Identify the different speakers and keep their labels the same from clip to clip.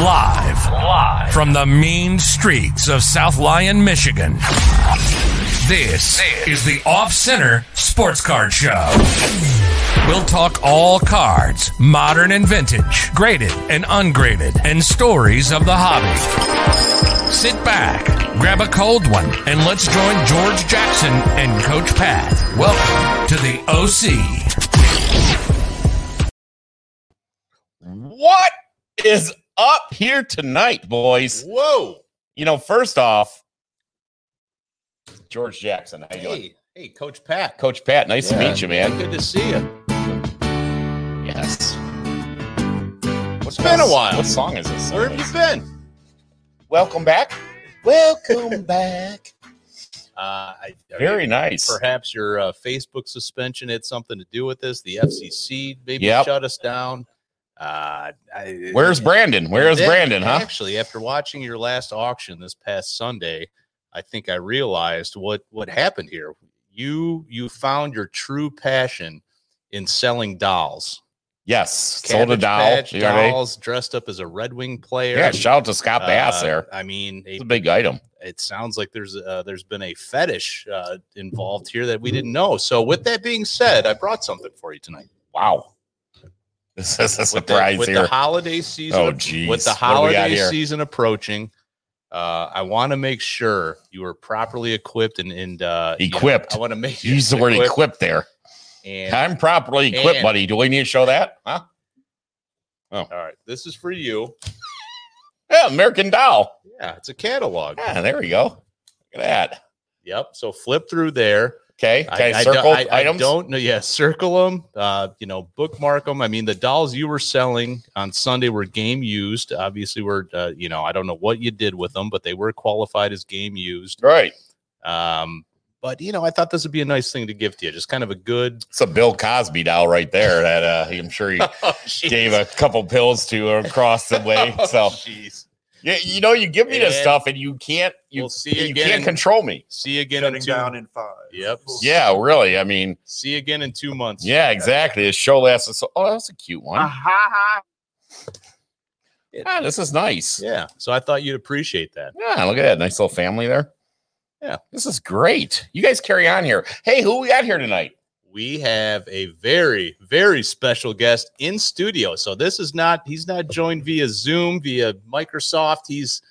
Speaker 1: Live, live from the mean streets of South Lyon, Michigan. This is the Off Center Sports Card Show. We'll talk all cards, modern and vintage, graded and ungraded, and stories of the hobby. Sit back, grab a cold one, and let's join George Jackson and Coach Pat. Welcome to the OC.
Speaker 2: What is up here tonight, boys?
Speaker 3: Whoa.
Speaker 2: You know, first off, George Jackson. How you
Speaker 3: hey,
Speaker 2: doing?
Speaker 3: Hey, Coach Pat.
Speaker 2: Coach Pat, nice yeah. to meet you, man.
Speaker 3: Good to see you.
Speaker 2: Yes.
Speaker 3: What's been a while?
Speaker 2: What song is this?
Speaker 3: Where have you been?
Speaker 2: Welcome back.
Speaker 3: Welcome back. Uh, I,
Speaker 2: Very nice.
Speaker 3: Perhaps your uh, Facebook suspension had something to do with this. The FCC maybe yep. shut us down.
Speaker 2: Uh, I, Where's Brandon? Where is Brandon? Huh?
Speaker 3: Actually, after watching your last auction this past Sunday, I think I realized what what happened here. You you found your true passion in selling dolls.
Speaker 2: Yes, Cabbage sold a doll.
Speaker 3: Patch, you know dolls I mean? dressed up as a Red Wing player.
Speaker 2: Yeah, shout out to Scott Bass
Speaker 3: uh,
Speaker 2: there.
Speaker 3: I mean,
Speaker 2: a, a, big item.
Speaker 3: It sounds like there's uh, there's been a fetish uh, involved here that we didn't know. So, with that being said, I brought something for you tonight.
Speaker 2: Wow, this is a surprise
Speaker 3: the, with
Speaker 2: here.
Speaker 3: the holiday season.
Speaker 2: Oh, geez.
Speaker 3: with the holiday season approaching. Uh, I want to make sure you are properly equipped and, and uh,
Speaker 2: equipped.
Speaker 3: You know, I want to make
Speaker 2: you use the word equipped, equipped there. And, I'm properly equipped, and, buddy. Do we need to show that? Huh?
Speaker 3: Oh, all right. This is for you.
Speaker 2: Yeah, American Doll.
Speaker 3: Yeah, it's a catalog.
Speaker 2: Yeah, Ah, there we go. Look at that.
Speaker 3: Yep. So flip through there.
Speaker 2: Okay. Okay. I, circle
Speaker 3: I, I, I don't know. Yeah. Circle them. Uh, you know, bookmark them. I mean, the dolls you were selling on Sunday were game used. Obviously, were uh, you know, I don't know what you did with them, but they were qualified as game used.
Speaker 2: Right.
Speaker 3: Um, but you know, I thought this would be a nice thing to give to you. Just kind of a good.
Speaker 2: It's a Bill Cosby doll right there that uh, I'm sure he oh, gave a couple pills to across the way.
Speaker 3: Oh,
Speaker 2: So.
Speaker 3: Jeez.
Speaker 2: Yeah, you know, you give me and this stuff, and you can't. You,
Speaker 3: we'll see
Speaker 2: you can't control me.
Speaker 3: See you again
Speaker 4: Shutting in two, down in five.
Speaker 3: Yep.
Speaker 2: Yeah, really. I mean,
Speaker 3: see you again in two months.
Speaker 2: Yeah, exactly. This show lasts. So, oh, that's a cute one.
Speaker 3: Ah,
Speaker 2: yeah, this is nice.
Speaker 3: Yeah. So I thought you'd appreciate that.
Speaker 2: Yeah, look at that nice little family there.
Speaker 3: Yeah,
Speaker 2: this is great. You guys carry on here. Hey, who we got here tonight?
Speaker 3: we have a very very special guest in studio so this is not he's not joined via zoom via microsoft he's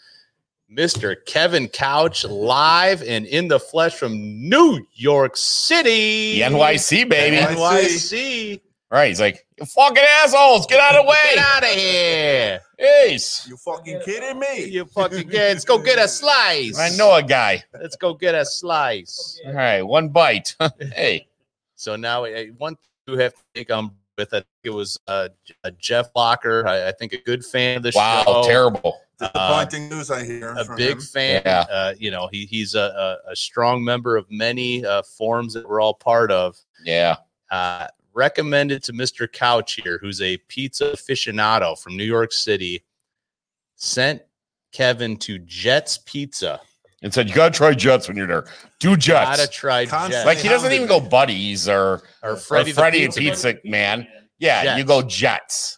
Speaker 3: mr kevin couch live and in the flesh from new york city
Speaker 2: the nyc baby
Speaker 3: nyc
Speaker 2: All right he's like you fucking assholes get out of the way
Speaker 3: get out of here
Speaker 2: Ace.
Speaker 4: You fucking kidding me?
Speaker 3: You fucking get. Let's go get a slice.
Speaker 2: I know a guy.
Speaker 3: Let's go get a slice.
Speaker 2: All right, one bite. hey.
Speaker 3: So now eh, one who have to take um with I think it was uh, Jeff Locker. I, I, think a good fan of the
Speaker 2: wow,
Speaker 3: show.
Speaker 2: Wow, terrible.
Speaker 4: Disappointing uh, news I hear.
Speaker 3: A big him. fan. Yeah. Uh, you know, he, he's a, a, strong member of many uh, forums that we're all part of. Uh,
Speaker 2: Yeah.
Speaker 3: recommended to Mr. Couch here, who's a pizza aficionado from New York City, sent Kevin to Jets Pizza
Speaker 2: and said, "You gotta try Jets when you're there. Do Jets.
Speaker 3: Gotta try Constantly Jets.
Speaker 2: Like he doesn't even go buddies or
Speaker 3: or Freddy,
Speaker 2: or Freddy pizza, pizza, man. Yeah, Jets. you go Jets.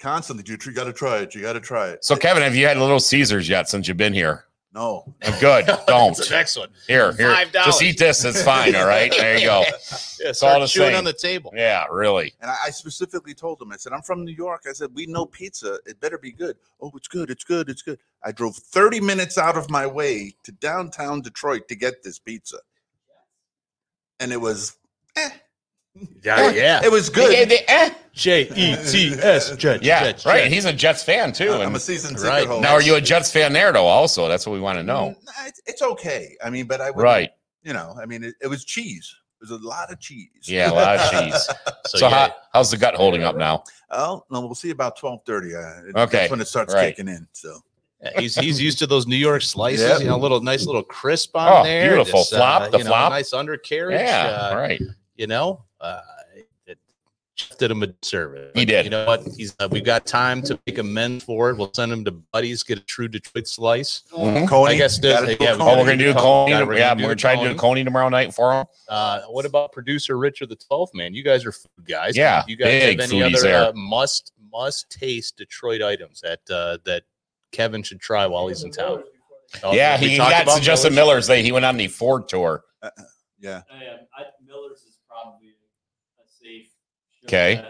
Speaker 4: Constantly, dude. You gotta try it. You gotta try it.
Speaker 2: So, Kevin, have you had Little Caesars yet since you've been here?
Speaker 4: No,
Speaker 2: I'm good. Don't.
Speaker 3: the next one.
Speaker 2: Here, here. $5. Just eat this. It's fine. All right. There you go.
Speaker 3: yeah, it's all the same. on the table.
Speaker 2: Yeah, really.
Speaker 4: And I, I specifically told him. I said, "I'm from New York." I said, "We know pizza. It better be good." Oh, it's good. It's good. It's good. I drove 30 minutes out of my way to downtown Detroit to get this pizza, and it was. Eh.
Speaker 3: Yeah, yeah,
Speaker 4: it was good. Yeah,
Speaker 3: they, eh. J E T S Jets.
Speaker 2: Yeah, Jets, right. Jets. He's a Jets fan too.
Speaker 4: I'm a season ticket right. holder.
Speaker 2: Now, are you a Jets fan there though? Also, that's what we want to know.
Speaker 4: Mm, It's okay. I mean, but I would,
Speaker 2: right.
Speaker 4: You know, I mean, it, it was cheese. There's a lot of cheese.
Speaker 2: Yeah, a lot of cheese. so, so yeah. how, how's the gut holding up now?
Speaker 4: Oh no, we'll see about twelve thirty. Uh,
Speaker 2: okay, that's
Speaker 4: when it starts right. kicking in. So.
Speaker 3: Yeah, he's he's used to those New York slices, yep. you know, a little nice little crisp on
Speaker 2: oh,
Speaker 3: there.
Speaker 2: Beautiful Just, flop, uh, the
Speaker 3: you know,
Speaker 2: flop,
Speaker 3: nice undercarriage.
Speaker 2: Yeah, uh, right.
Speaker 3: You know, uh, did him a service.
Speaker 2: He did.
Speaker 3: You know what? He's uh, we've got time to make amends for it. We'll send him to buddies, get a true Detroit slice.
Speaker 2: Mm-hmm.
Speaker 3: Coney, I guess. There's, uh, yeah,
Speaker 2: we oh, we're gonna do Coney. Coney. Yeah, we're, we're trying to do Coney tomorrow night for him.
Speaker 3: Uh, what about producer Richard the Twelfth? Man, you guys are food guys.
Speaker 2: Yeah,
Speaker 3: you guys
Speaker 2: big
Speaker 3: uh, have any other uh, must must taste Detroit items that that Kevin should try while he's in town. Oh,
Speaker 2: yeah,
Speaker 3: we
Speaker 2: he
Speaker 3: talked
Speaker 2: got
Speaker 3: about
Speaker 2: to Justin
Speaker 3: Miller?
Speaker 2: Miller's day. He went on the Ford tour.
Speaker 4: Yeah.
Speaker 5: I am. I, Miller's is probably a safe. show
Speaker 2: Okay.
Speaker 5: bet.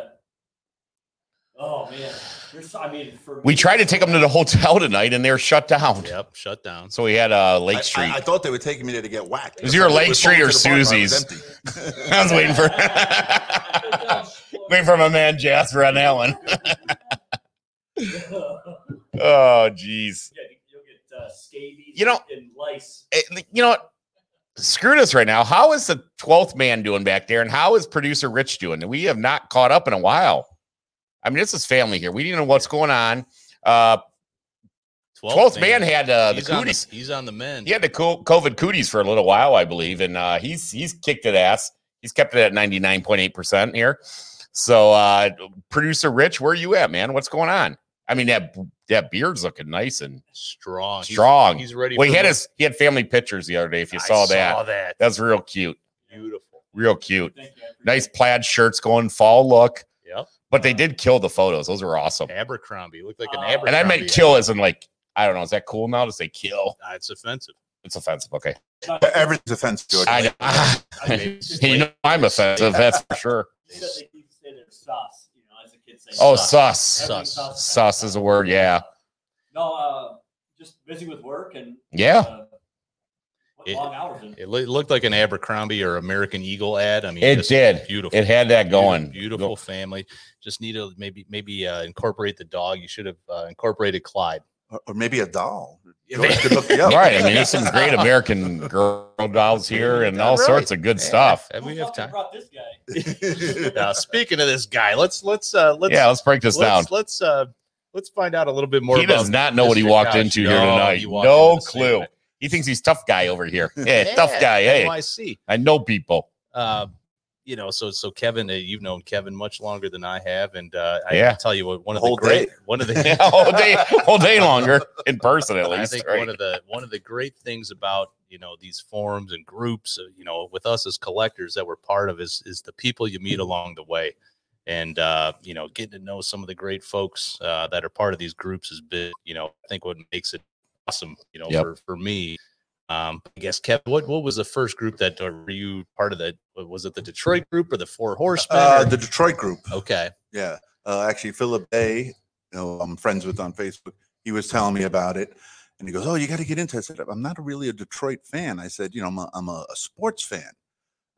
Speaker 5: Oh man, there's. I mean, for
Speaker 2: We
Speaker 5: me-
Speaker 2: tried to take him to the hotel tonight, and they're shut down.
Speaker 3: Yep, shut down.
Speaker 2: So we had uh,
Speaker 4: I-
Speaker 2: Lake
Speaker 4: I-
Speaker 2: Street.
Speaker 4: I,
Speaker 2: I,
Speaker 4: thought they were taking me there to get whacked.
Speaker 2: Is your Lake
Speaker 4: We
Speaker 2: Street
Speaker 4: pulled
Speaker 2: or
Speaker 4: into the parking lot, it was empty.
Speaker 2: was waiting for waiting for my man Jasper on that one. Oh, jeez.
Speaker 5: Yeah, you'll get uh, scabies.
Speaker 2: You know-
Speaker 5: and lice.
Speaker 2: Eh, You know what? Screw this right now. How is the twelfth man doing back there, and how is producer Rich doing? We have not caught up in a while. I mean, this is family here. We didn't know what's going on. Uh, Twelfth man, had uh, the
Speaker 3: he's, on the,
Speaker 2: cooties.
Speaker 3: he's on the men.
Speaker 2: He had the co- COVID cooties for a little while, I believe, and uh, he's he's kicked it ass. He's kept it at ninety nine point eight percent here. So, uh, producer Rich, where you at, man? What's going on? I mean that that beard's looking nice and
Speaker 3: strong. He's-
Speaker 2: strong.
Speaker 3: He's, ready.
Speaker 2: well, he
Speaker 3: for
Speaker 2: had
Speaker 3: more.
Speaker 2: his he had family pictures the other day. If you
Speaker 3: I
Speaker 2: saw that,
Speaker 3: Saw that.
Speaker 2: that's real cute,
Speaker 3: Beautiful.
Speaker 2: real cute.
Speaker 5: Thank you. I appreciate
Speaker 2: Nice
Speaker 5: it.
Speaker 2: plaid shirts going fall look.
Speaker 3: Yep.
Speaker 2: But they did kill the photos. Those were awesome.
Speaker 3: Abercrombie looked like an
Speaker 5: Uh,
Speaker 3: Abercrombie.
Speaker 2: Oh, And I meant kill as in like I don't know. Is that cool now to say kill?
Speaker 3: Uh, it's offensive.
Speaker 2: It's offensive. Okay.
Speaker 4: Everything's offensive, George.
Speaker 2: I,
Speaker 5: I mean,
Speaker 2: you know I'm offensive. That's for sure.
Speaker 5: you said they keep saying they're sus. You know, as a kid say.
Speaker 2: Oh,
Speaker 5: sus.
Speaker 2: sus.
Speaker 5: Everything
Speaker 3: sus.
Speaker 5: sus.
Speaker 2: Sus is a word, yeah.
Speaker 5: No, uh, just busy with work and
Speaker 2: Yeah.
Speaker 5: uh, what
Speaker 3: It-
Speaker 5: long hours. And,
Speaker 3: It loo- looked like an Abercrombie or American Eagle ad. I mean,
Speaker 2: It
Speaker 3: just
Speaker 2: did.
Speaker 3: Beautiful.
Speaker 2: It had that going.
Speaker 3: Beautiful
Speaker 2: Go-
Speaker 3: family. Just need to maybe maybe uh, incorporate the dog. You should have uh, incorporated Clyde.
Speaker 4: Or, or maybe a doll.
Speaker 3: Yeah,
Speaker 4: George could look you
Speaker 2: All
Speaker 4: up.
Speaker 2: right. I mean, there's some great American girl dolls here and all sorts of good stuff.
Speaker 3: Yeah, we
Speaker 5: Who
Speaker 3: have
Speaker 5: fucking
Speaker 3: time.
Speaker 5: Brought this guy.
Speaker 3: Now, speaking of this guy, let's let's uh, let's
Speaker 2: Yeah, let's break this
Speaker 3: let's,
Speaker 2: down.
Speaker 3: let's uh let's find out a little bit more.
Speaker 2: He
Speaker 3: about
Speaker 2: does not know what he
Speaker 3: Mr.
Speaker 2: walked
Speaker 3: Koch.
Speaker 2: into here
Speaker 3: No,
Speaker 2: tonight.
Speaker 3: he walked
Speaker 2: No
Speaker 3: into the same
Speaker 2: clue.
Speaker 3: thing.
Speaker 2: He thinks he's tough guy over here. Yeah, tough
Speaker 3: Yeah,
Speaker 2: guy. Hey,
Speaker 3: NYC.
Speaker 2: I know people.
Speaker 3: Uh, you know, so so Kevin, uh, you've known Kevin much longer than I have, and uh, I
Speaker 2: Yeah.
Speaker 3: can tell you what, one of
Speaker 4: Whole
Speaker 3: the great,
Speaker 4: day.
Speaker 3: one of the
Speaker 2: all day, all day longer in person at
Speaker 3: And I
Speaker 2: least.
Speaker 3: think
Speaker 2: right?
Speaker 3: one of the one of the great things about you know these forums and groups, uh, you know, with us as collectors that we're part of is is the people you meet along the way, and uh, you know, getting to know some of the great folks uh, that are part of these groups is big. You know, I think what makes it awesome, you know,
Speaker 2: Yep.
Speaker 3: for for me. Um, I guess Kevin, what what was the first group that or were you part of? That was it the Detroit group or the Four Horsemen?
Speaker 4: Uh,
Speaker 3: or-
Speaker 4: the Detroit group.
Speaker 3: okay,
Speaker 4: Yeah. Uh, actually, Philip Day, you know, I'm friends with on Facebook, he was telling me about it. And he goes, Oh, you got to get into it. I said, I'm not really a Detroit fan. I said, You know, I'm a, I'm a, a sports fan.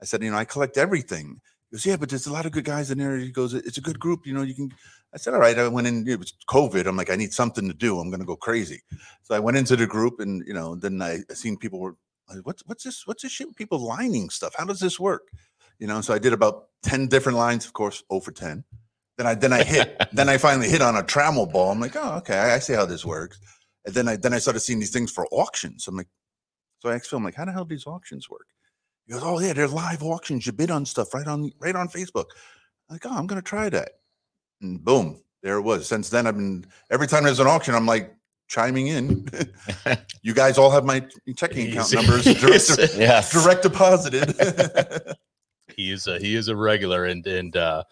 Speaker 4: I said, You know, I collect everything. He goes, Yeah, but there's a lot of good guys in there. He goes, It's a good group. You know, you can. I said, All right. I went in, it was COVID. I'm like, I need something to do. I'm going to go crazy. So I went into the group and, you know, then I, I seen people were like, What's, what's this? What's this shit? with People lining stuff. How does this work? You know, so I did about 10 different lines, of course, 0 for 10. Then I then I hit then I finally hit on a trammel ball. I'm like, oh okay, I, I see how this works. And then I then I started seeing these things for auctions. I'm like, so I asked Phil, I'm like, how the hell do these auctions work? He goes, oh yeah, they're live auctions. You bid on stuff right on right on Facebook. I'm like, oh, I'm gonna try that. And boom, there it was. Since then, I've been every time there's an auction, I'm like chiming in. you guys all have my checking account
Speaker 3: He's-
Speaker 4: numbers direct,
Speaker 2: yes.
Speaker 4: direct deposited.
Speaker 3: he is a he is a regular and and uh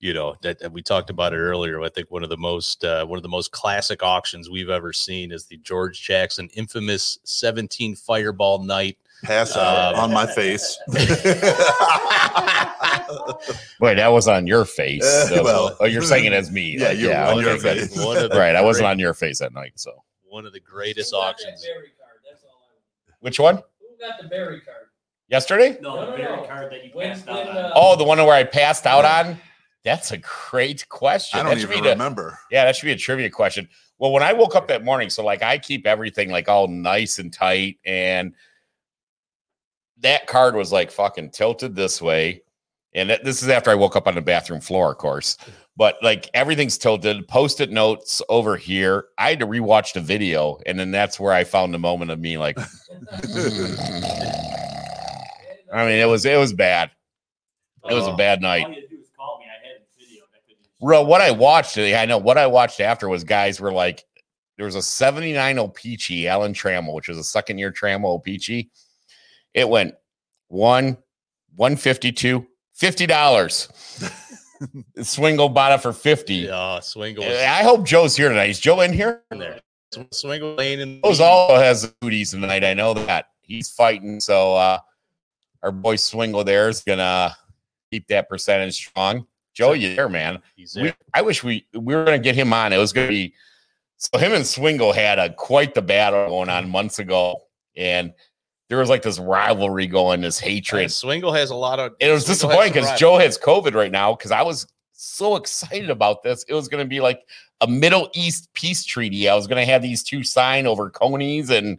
Speaker 3: you know that, that we talked about it earlier i think one of the most uh, one of the most classic auctions we've ever seen is the george jackson infamous 17 fireball night
Speaker 4: pass out on my face.
Speaker 2: Wait, that was on your face.
Speaker 4: Uh,
Speaker 2: so-
Speaker 4: well.
Speaker 2: oh, you're saying it as me.
Speaker 4: Yeah,
Speaker 2: Like,
Speaker 4: you- on
Speaker 2: okay,
Speaker 4: your
Speaker 2: good.
Speaker 4: face.
Speaker 3: one of the
Speaker 2: Right, I wasn't
Speaker 3: great-
Speaker 2: on your face that night. So,
Speaker 3: one of the
Speaker 5: Who
Speaker 3: greatest
Speaker 5: got that
Speaker 3: auctions
Speaker 5: Barry card? That's all I
Speaker 2: which one?
Speaker 6: Who got the Barry card?
Speaker 2: Yesterday?
Speaker 5: want. No,
Speaker 6: No,
Speaker 5: the
Speaker 6: no,
Speaker 5: Barry
Speaker 6: no.
Speaker 5: card that you
Speaker 6: When-
Speaker 5: passed
Speaker 6: when,
Speaker 5: out
Speaker 6: uh,
Speaker 5: on.
Speaker 2: Oh, the one where I passed out on. That's a great question.
Speaker 4: I
Speaker 2: That
Speaker 4: don't
Speaker 2: should
Speaker 4: even
Speaker 2: be the-
Speaker 4: remember.
Speaker 2: Yeah, that should be a trivia question. Well, when I woke up that morning, so like I keep everything like all nice and tight, and that card was like fucking tilted this way. And that, this is after I woke up on the bathroom floor, of course. But like everything's tilted, post it notes over here. I had to rewatch the video, and then that's where I found the moment of me like, I mean, it was it was bad. It was a bad night.
Speaker 5: Oh. All you had to do was call me. I had a video. I couldn't even-
Speaker 2: Bro, what I watched, eh, I know what I watched after was guys were like, there was a 79 Opeachy Alan Trammell, which was a second year Trammell Opeachy. It went one, 152, $50. Swingle bought it for 50.
Speaker 3: yeah swingle was
Speaker 2: I hope Joe's here tonight. Is Joe in here?
Speaker 3: in there Swing Lane and
Speaker 2: Ozalo has the cooties tonight. I know that he's fighting. So uh, our boy Swingle there is gonna keep that percentage strong. Joe, you there, man?
Speaker 3: He's
Speaker 2: We, I wish we we were gonna get him on. It was gonna be so him and Swingle had a quite the battle going on months ago, and there was like this rivalry going, this hatred.
Speaker 3: Yeah, Swingle has a lot of.
Speaker 2: And it was
Speaker 3: Swingle has
Speaker 2: disappointing because
Speaker 3: some Uh,
Speaker 2: Joe has COVID right now. Because I was so excited about this, it was going to be like a Middle East peace treaty. I was going to have these two sign over conies, and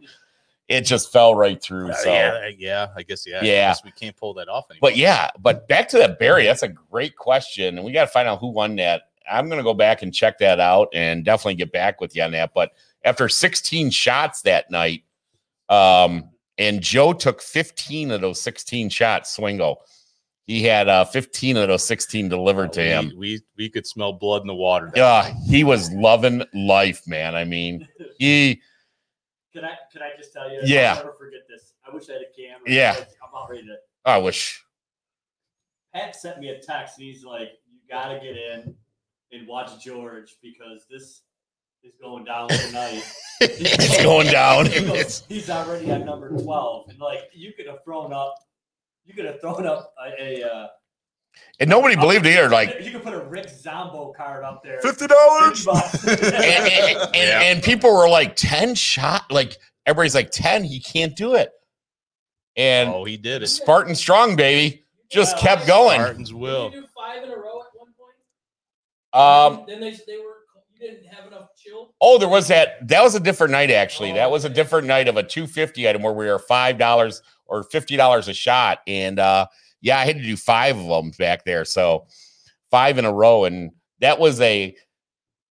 Speaker 2: it just fell right through.
Speaker 3: rival-
Speaker 2: so,
Speaker 3: Oh, yeah, uh, yeah, I guess yeah. I
Speaker 2: Yeah.
Speaker 3: guess we can't pull that off anymore.
Speaker 2: but yeah, but back to that Barry. That's a great question, and we got to find out who won that. I'm going to go back and check that out, and definitely get back with you on that. But after 16 shots that night, um, and Joe took 15 of those 16 shots. Swingle, he had uh 15 of those 16 delivered to him.
Speaker 3: We, we we could smell blood in the water. that
Speaker 2: Yeah, he was loving life, man. I mean, he
Speaker 5: Could I could I just tell you?
Speaker 2: Yeah.
Speaker 5: I'll never forget this. I wish I had a camera.
Speaker 2: Yeah.
Speaker 5: I'm about ready to.
Speaker 2: I wish
Speaker 5: Pat sent me a text and he's like, "You gotta get in and watch George because this is going down tonight."
Speaker 2: it's going down.
Speaker 5: He goes, he's already at number twelve, and like you could have thrown up, you could have thrown up a. a uh,
Speaker 2: And nobody believed either. Like,
Speaker 5: you could put a Rick Zombo card up there.
Speaker 4: Fifty dollars.
Speaker 2: and, and, and,
Speaker 3: Yeah.
Speaker 2: and people were like, 10 shot. Like, everybody's like, 10, he can't do it. And
Speaker 3: oh, he did it.
Speaker 2: Spartan Strong, baby, just
Speaker 5: Yeah.
Speaker 2: kept going.
Speaker 3: Spartans will.
Speaker 6: Did you do five in a row at one point?
Speaker 2: Um,
Speaker 6: then they they were you didn't have enough chill.
Speaker 2: oh, there was that. That was a different night, actually. That was a different night of a 250 item where we were $5 or $50 a shot. And uh, yeah, I had to do five of them back there. So five in a row. And that was a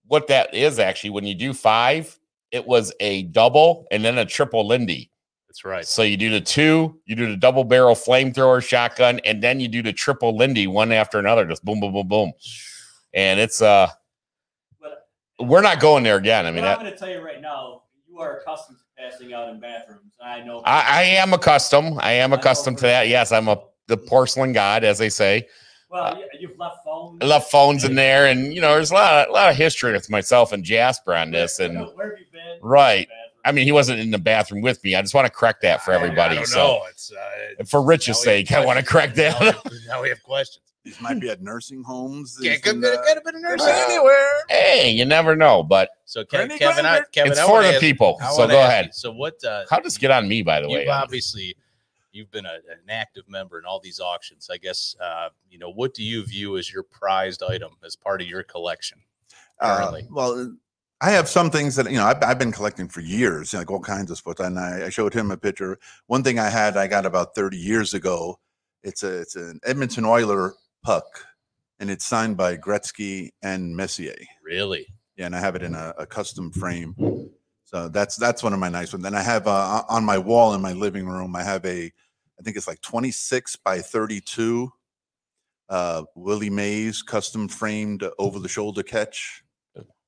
Speaker 2: what that is actually when you do five, it was a double and then a triple Lindy.
Speaker 3: That's right.
Speaker 2: So you do the two, you do the double barrel flamethrower shotgun, and then you do the triple Lindy one after another, just boom, boom, boom, boom. And it's uh,
Speaker 5: But-
Speaker 2: we're not going there again. I mean,
Speaker 5: what
Speaker 2: that,
Speaker 5: I'm going to tell you right now, you are accustomed to passing out in bathrooms. I know.
Speaker 2: I, I am accustomed. I am
Speaker 3: Oh,
Speaker 5: I know
Speaker 2: accustomed to
Speaker 5: for-
Speaker 2: that. Yes, I'm a the porcelain god, as they say.
Speaker 5: Well, yeah, you've left phones.
Speaker 2: I left phones in there, and you know, there's a lot, a lot of history with myself and Jasper on this.
Speaker 5: Where-
Speaker 2: And
Speaker 5: where have you been?
Speaker 2: Right. I
Speaker 5: Bathroom.
Speaker 2: mean, he wasn't in the bathroom with me. I just want to correct that for
Speaker 3: I
Speaker 2: everybody.
Speaker 3: don't
Speaker 2: So,
Speaker 3: know. It's, uh,
Speaker 2: for Rich's
Speaker 3: now we have
Speaker 2: sake, I want to
Speaker 3: questions.
Speaker 2: correct
Speaker 3: Now we
Speaker 2: that.
Speaker 3: have- Now we have questions.
Speaker 4: These might be at nursing homes. These
Speaker 3: Can't come
Speaker 4: and,
Speaker 3: to-
Speaker 4: uh,
Speaker 3: gotta be a nurse.
Speaker 4: they're anywhere.
Speaker 2: hey, you never know, but
Speaker 3: So Ke-
Speaker 4: Granny
Speaker 3: Kevin, I,
Speaker 4: Grinder.
Speaker 3: Kevin,
Speaker 2: it's
Speaker 3: I
Speaker 2: for
Speaker 3: wanna
Speaker 2: the
Speaker 3: ask-
Speaker 2: people.
Speaker 3: I
Speaker 2: So
Speaker 3: wanna
Speaker 2: go
Speaker 3: ask
Speaker 2: ahead.
Speaker 3: you, so what? Uh,
Speaker 2: How does get on me, by the way?
Speaker 3: You've obviously you've been a, an active member in all these auctions. I guess uh, you know what do you view as your prized item as part of your collection?
Speaker 4: Uh,
Speaker 3: currently?
Speaker 4: well, I have some things that you know I've, I've been collecting for years, like all kinds of sports. And I, I showed him a picture. One thing I had I got about thirty years ago. It's a it's an Edmonton Oiler puck, and it's signed by Gretzky and Messier.
Speaker 3: Really?
Speaker 4: Yeah, and I have it in a, a custom frame. So that's that's one of my nice ones. Then I have uh, o- on my wall in my living room. I have a, I think it's like 26 by 32, uh, Willie Mays custom framed over the shoulder catch.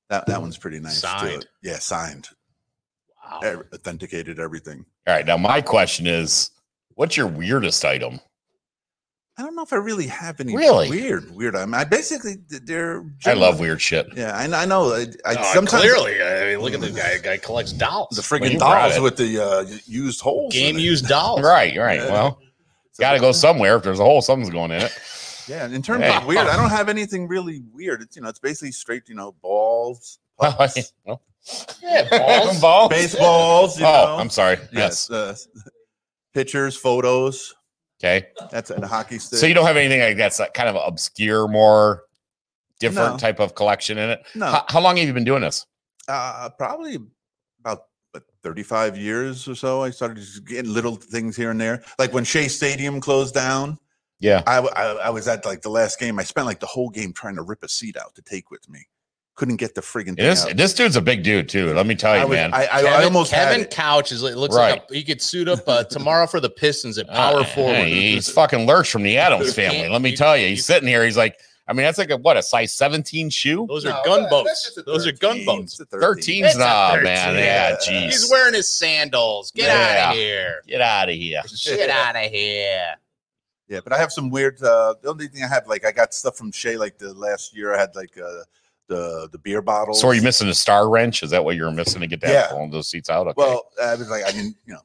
Speaker 4: That that one's pretty nice.
Speaker 3: Signed.
Speaker 4: Too. Yeah, signed,
Speaker 3: Wow.
Speaker 4: e- authenticated, everything.
Speaker 2: All right. Now, my question is what's your weirdest item?
Speaker 4: I don't know if I really have any
Speaker 2: Really?
Speaker 4: weird weird. I mean, I basically they're.
Speaker 2: I love
Speaker 4: generally-
Speaker 2: weird shit.
Speaker 4: Yeah, I, I know. I, I
Speaker 3: Oh,
Speaker 4: sometimes
Speaker 3: clearly, I mean, look at the guy. Guy collects dolls.
Speaker 4: the
Speaker 2: Mm. Well, you
Speaker 4: friggin'
Speaker 2: brought
Speaker 4: dolls
Speaker 2: it.
Speaker 4: with the uh, used holes. in
Speaker 3: Game
Speaker 4: it.
Speaker 3: used dolls.
Speaker 2: Right. Right. Well, it's got to go somewhere. If there's a hole, something's going in it.
Speaker 4: Yeah, and in terms
Speaker 2: Hey.
Speaker 4: of weird, I don't have anything really weird. It's you know, it's basically straight, you know, balls, pucks,
Speaker 2: Well,
Speaker 3: Yeah, balls.
Speaker 2: balls.
Speaker 4: baseballs, you
Speaker 2: Oh,
Speaker 4: know.
Speaker 2: I'm sorry. Yes.
Speaker 4: Yes. Uh, pictures, photos.
Speaker 2: Okay.
Speaker 4: That's and a hockey stick.
Speaker 2: So you don't have anything like that's like kind of obscure, more different
Speaker 4: No.
Speaker 2: type of collection in it.
Speaker 4: no
Speaker 2: How, how long have you been doing this?
Speaker 4: uh probably about but 35 years or so. I started just getting little things here and there. Like when Shea Stadium closed down,
Speaker 2: Yeah.
Speaker 4: I, w- I I was at like the last game. I spent like the whole game trying to rip a seat out to take with me. Couldn't get the friggin' thing
Speaker 2: This
Speaker 4: out.
Speaker 2: this dude's a big dude too. Let me tell you,
Speaker 4: I, was,
Speaker 2: man.
Speaker 4: I, I,
Speaker 3: Kevin,
Speaker 4: I almost had
Speaker 3: Kevin
Speaker 4: it.
Speaker 3: Couch is. It looks like a, he could suit up uh, tomorrow for the Pistons at
Speaker 2: Uh,
Speaker 3: power
Speaker 2: hey,
Speaker 3: forward.
Speaker 2: he's fucking lurched from the Adams
Speaker 3: You
Speaker 2: family.
Speaker 3: can't-
Speaker 2: Let me
Speaker 3: you-
Speaker 2: tell you, he's
Speaker 3: you-
Speaker 2: sitting here. He's like, I mean, that's like a what a size seventeen shoe.
Speaker 3: Those are
Speaker 4: No, that's
Speaker 3: gunboats.
Speaker 4: just a
Speaker 3: Those are
Speaker 4: 13.
Speaker 3: gunboats.
Speaker 4: It's a 13.
Speaker 2: 13's
Speaker 3: It's a
Speaker 2: nah,
Speaker 3: 13,
Speaker 2: man. Yeah,
Speaker 4: yeah.
Speaker 2: jeez.
Speaker 3: He's wearing his sandals. Get
Speaker 2: Yeah.
Speaker 3: out of here.
Speaker 2: Get out of here.
Speaker 3: Shit out of here.
Speaker 4: Yeah, but I have some weird. Uh, the only thing I have, like, I got stuff from Shea. Like the last year, I had like uh, the the beer bottles.
Speaker 2: So are you missing a star wrench? Is that what you're missing to get that
Speaker 4: Yeah.
Speaker 2: pulling those seats out? Okay.
Speaker 4: Well, I was like, I didn't, you know,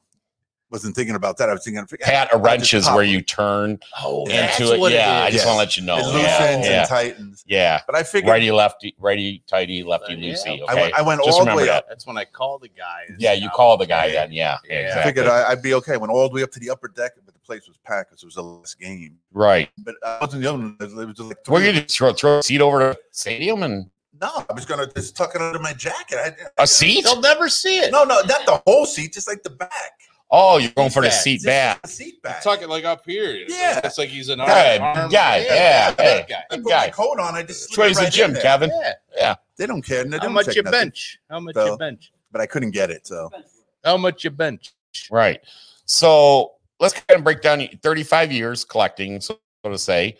Speaker 4: wasn't thinking about that. I was thinking, forget
Speaker 2: Pat, a
Speaker 4: I'll just
Speaker 2: wrench is
Speaker 4: pop
Speaker 2: where
Speaker 4: it.
Speaker 2: you turn
Speaker 3: Oh,
Speaker 2: into it. Yeah, I just
Speaker 4: Yes.
Speaker 2: want to let you know.
Speaker 4: it loosens
Speaker 2: Yeah,
Speaker 4: and
Speaker 2: yeah,
Speaker 4: tightens.
Speaker 2: yeah.
Speaker 4: But I figured
Speaker 2: Righty, lefty, righty, tighty, lefty,
Speaker 3: Yeah.
Speaker 2: loosey. Okay.
Speaker 4: I went, I went
Speaker 2: Just
Speaker 4: all the
Speaker 2: remember
Speaker 4: way
Speaker 2: that.
Speaker 4: up.
Speaker 3: That's when I call the guy. uh,
Speaker 2: yeah, you call the guy then. Yeah,
Speaker 3: Yeah.
Speaker 4: I
Speaker 2: exactly.
Speaker 4: figured I, I'd be okay. I went all the way up to the upper deck, but the place was packed because it was the last game.
Speaker 2: right.
Speaker 4: But I wasn't the only one. It was just like
Speaker 2: We're
Speaker 4: three-
Speaker 2: gonna throw throw a seat over to the stadium and
Speaker 4: No, I was gonna just tuck it under my jacket. I,
Speaker 2: a seat.
Speaker 3: They'll never see it.
Speaker 4: no, no, not the whole seat, just like the back.
Speaker 2: Oh, you're going for the
Speaker 3: Seat
Speaker 2: seat
Speaker 4: Just
Speaker 2: back.
Speaker 4: the seat back.
Speaker 3: Talking like up here. It's
Speaker 4: Yeah.
Speaker 3: Like, it's like he's an arm.
Speaker 2: Hey,
Speaker 3: arm-
Speaker 2: guy, yeah,
Speaker 3: that
Speaker 2: hey.
Speaker 4: I put
Speaker 2: guy.
Speaker 4: my coat on. I just
Speaker 2: That's where
Speaker 4: slid it
Speaker 2: he's
Speaker 4: right
Speaker 2: the gym,
Speaker 4: in there.
Speaker 2: Kevin.
Speaker 3: Yeah.
Speaker 4: They don't care. They
Speaker 3: How
Speaker 4: don't
Speaker 3: much
Speaker 4: check
Speaker 3: you
Speaker 4: nothing.
Speaker 3: bench? How much
Speaker 4: So-
Speaker 3: you bench?
Speaker 4: But I couldn't get it. So
Speaker 3: How much you bench?
Speaker 2: Right. So let's kind of break down 35 years collecting, so to say,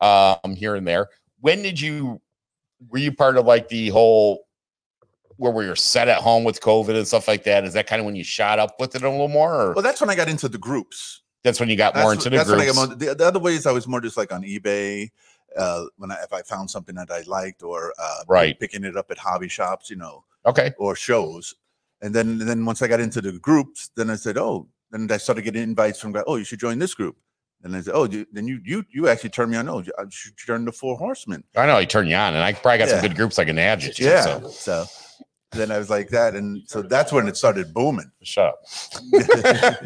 Speaker 2: um, here and there. When did you were you part of like the whole where we were set at home with COVID and stuff like that? Is that kind of when you shot up with it a little more, or
Speaker 4: well, that's when I got into the groups.
Speaker 2: that's when you got
Speaker 4: That's,
Speaker 2: more into the
Speaker 4: that's when I
Speaker 2: groups?
Speaker 4: got more, the, the other ways I was more just like on eBay. Uh, when I, if I found something that I liked, or uh,
Speaker 2: Right.
Speaker 4: picking it up at hobby shops, you know,
Speaker 2: okay,
Speaker 4: or shows. And then then once I got into the groups, then I said, oh, then I started getting invites from guys, oh, you should join this group. And I said, oh, you, then you you you actually turned me on. Oh, I should join the Four Horsemen.
Speaker 2: I know I turned you on, and I probably got some
Speaker 4: Yeah.
Speaker 2: good groups I can add you to.
Speaker 4: Yeah.
Speaker 2: so.
Speaker 4: So then I was like that, and so that's when it started booming.
Speaker 2: Shut up.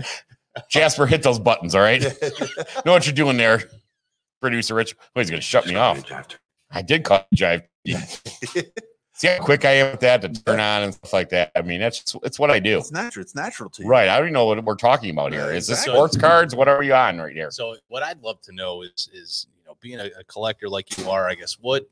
Speaker 2: Jasper, hit those buttons, all right? know what you're doing there, producer Rich. Oh, he's going to shut me off. I did cut jive. See how quick I am with that to turn on and stuff like that. I mean, that's just, it's what I do.
Speaker 4: It's natural. It's natural to you,
Speaker 2: Right. I don't even know what we're talking about here. Is this
Speaker 3: Exactly.
Speaker 2: sports cards? What are you on right here?
Speaker 3: So what I'd love to know is is you know being a, a collector like you are, I guess what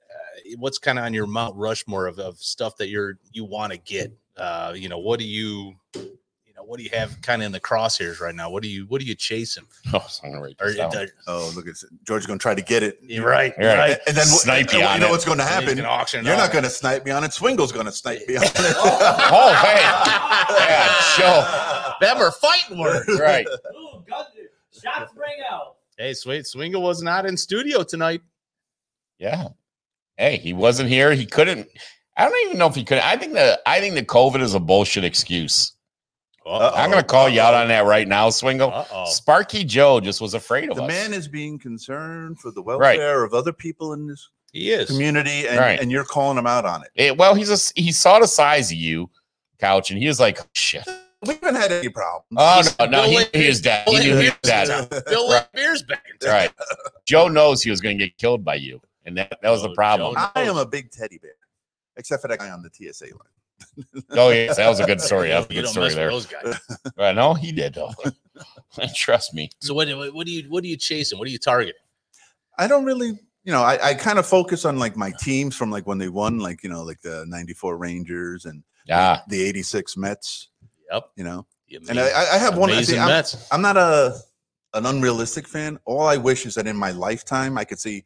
Speaker 3: uh, what's kind of on your Mount Rushmore of, of stuff that you're you want to get. Uh, you know what do you you know what do you have kind of in the crosshairs right now? What do you what are you chasing?
Speaker 2: Oh, so I'm gonna write
Speaker 3: Or uh,
Speaker 2: this down.
Speaker 3: the-
Speaker 4: Oh, look, it's George's going to try to get it.
Speaker 3: you're right,
Speaker 2: You're right.
Speaker 4: And then
Speaker 2: Snipe
Speaker 4: and
Speaker 2: you
Speaker 4: you
Speaker 2: on
Speaker 4: know
Speaker 2: it.
Speaker 4: what's going to
Speaker 3: You
Speaker 4: happen.
Speaker 3: can auction it
Speaker 4: You're
Speaker 3: off.
Speaker 4: not going to snipe me on it. Swingle's going to snipe me on it.
Speaker 2: Oh, hey. Oh, Yeah, show.
Speaker 3: Them are fighting words.
Speaker 2: Right.
Speaker 6: Ooh, gun shots ring out.
Speaker 3: Hey, sweet Swingle was not in studio tonight.
Speaker 2: Yeah. Hey, he wasn't here. He couldn't. I don't even know if he could. I think the I think the COVID is a bullshit excuse. I'm gonna call you out on that right now, Swingle.
Speaker 3: Uh oh.
Speaker 2: Sparky Joe just was afraid of
Speaker 4: the
Speaker 2: us.
Speaker 4: man is being concerned for the welfare of other people in this
Speaker 3: He is.
Speaker 4: community, and,
Speaker 2: Right.
Speaker 4: and you're calling him out on it.
Speaker 2: Eh, well, he's a, he saw the size of you, couch, and he was like, "Shit,
Speaker 4: We haven't had any problems.
Speaker 2: oh
Speaker 3: He's-
Speaker 2: no, no, he,
Speaker 3: Bill-
Speaker 2: he is dead. He knew he was dead."
Speaker 3: Bill
Speaker 2: Right.
Speaker 3: Beer's back in town.
Speaker 2: Right? Joe knows he was going to get killed by you, and that, that was the
Speaker 3: Oh,
Speaker 2: problem.
Speaker 4: I am a big teddy bear, except for that guy on the TSA line.
Speaker 2: Oh yes, that was a good story. That was a
Speaker 3: You
Speaker 2: good
Speaker 3: don't
Speaker 2: story
Speaker 3: mess with
Speaker 2: there.
Speaker 3: Those guys.
Speaker 2: Right? No, he did though. Trust me.
Speaker 3: So what, what what do you what are you chasing? What are you targeting?
Speaker 4: I don't really, you know, I, I kind of focus on like my teams from like when they won, like, you know, like the 94 Rangers and
Speaker 2: Yeah,
Speaker 4: the 86 Mets,
Speaker 3: Yep.
Speaker 4: you know.
Speaker 3: The
Speaker 4: And I, I- I have one. I
Speaker 3: amazing
Speaker 4: think I'm,
Speaker 3: Mets.
Speaker 4: I'm not a an unrealistic fan. All I wish is that in my lifetime, I could see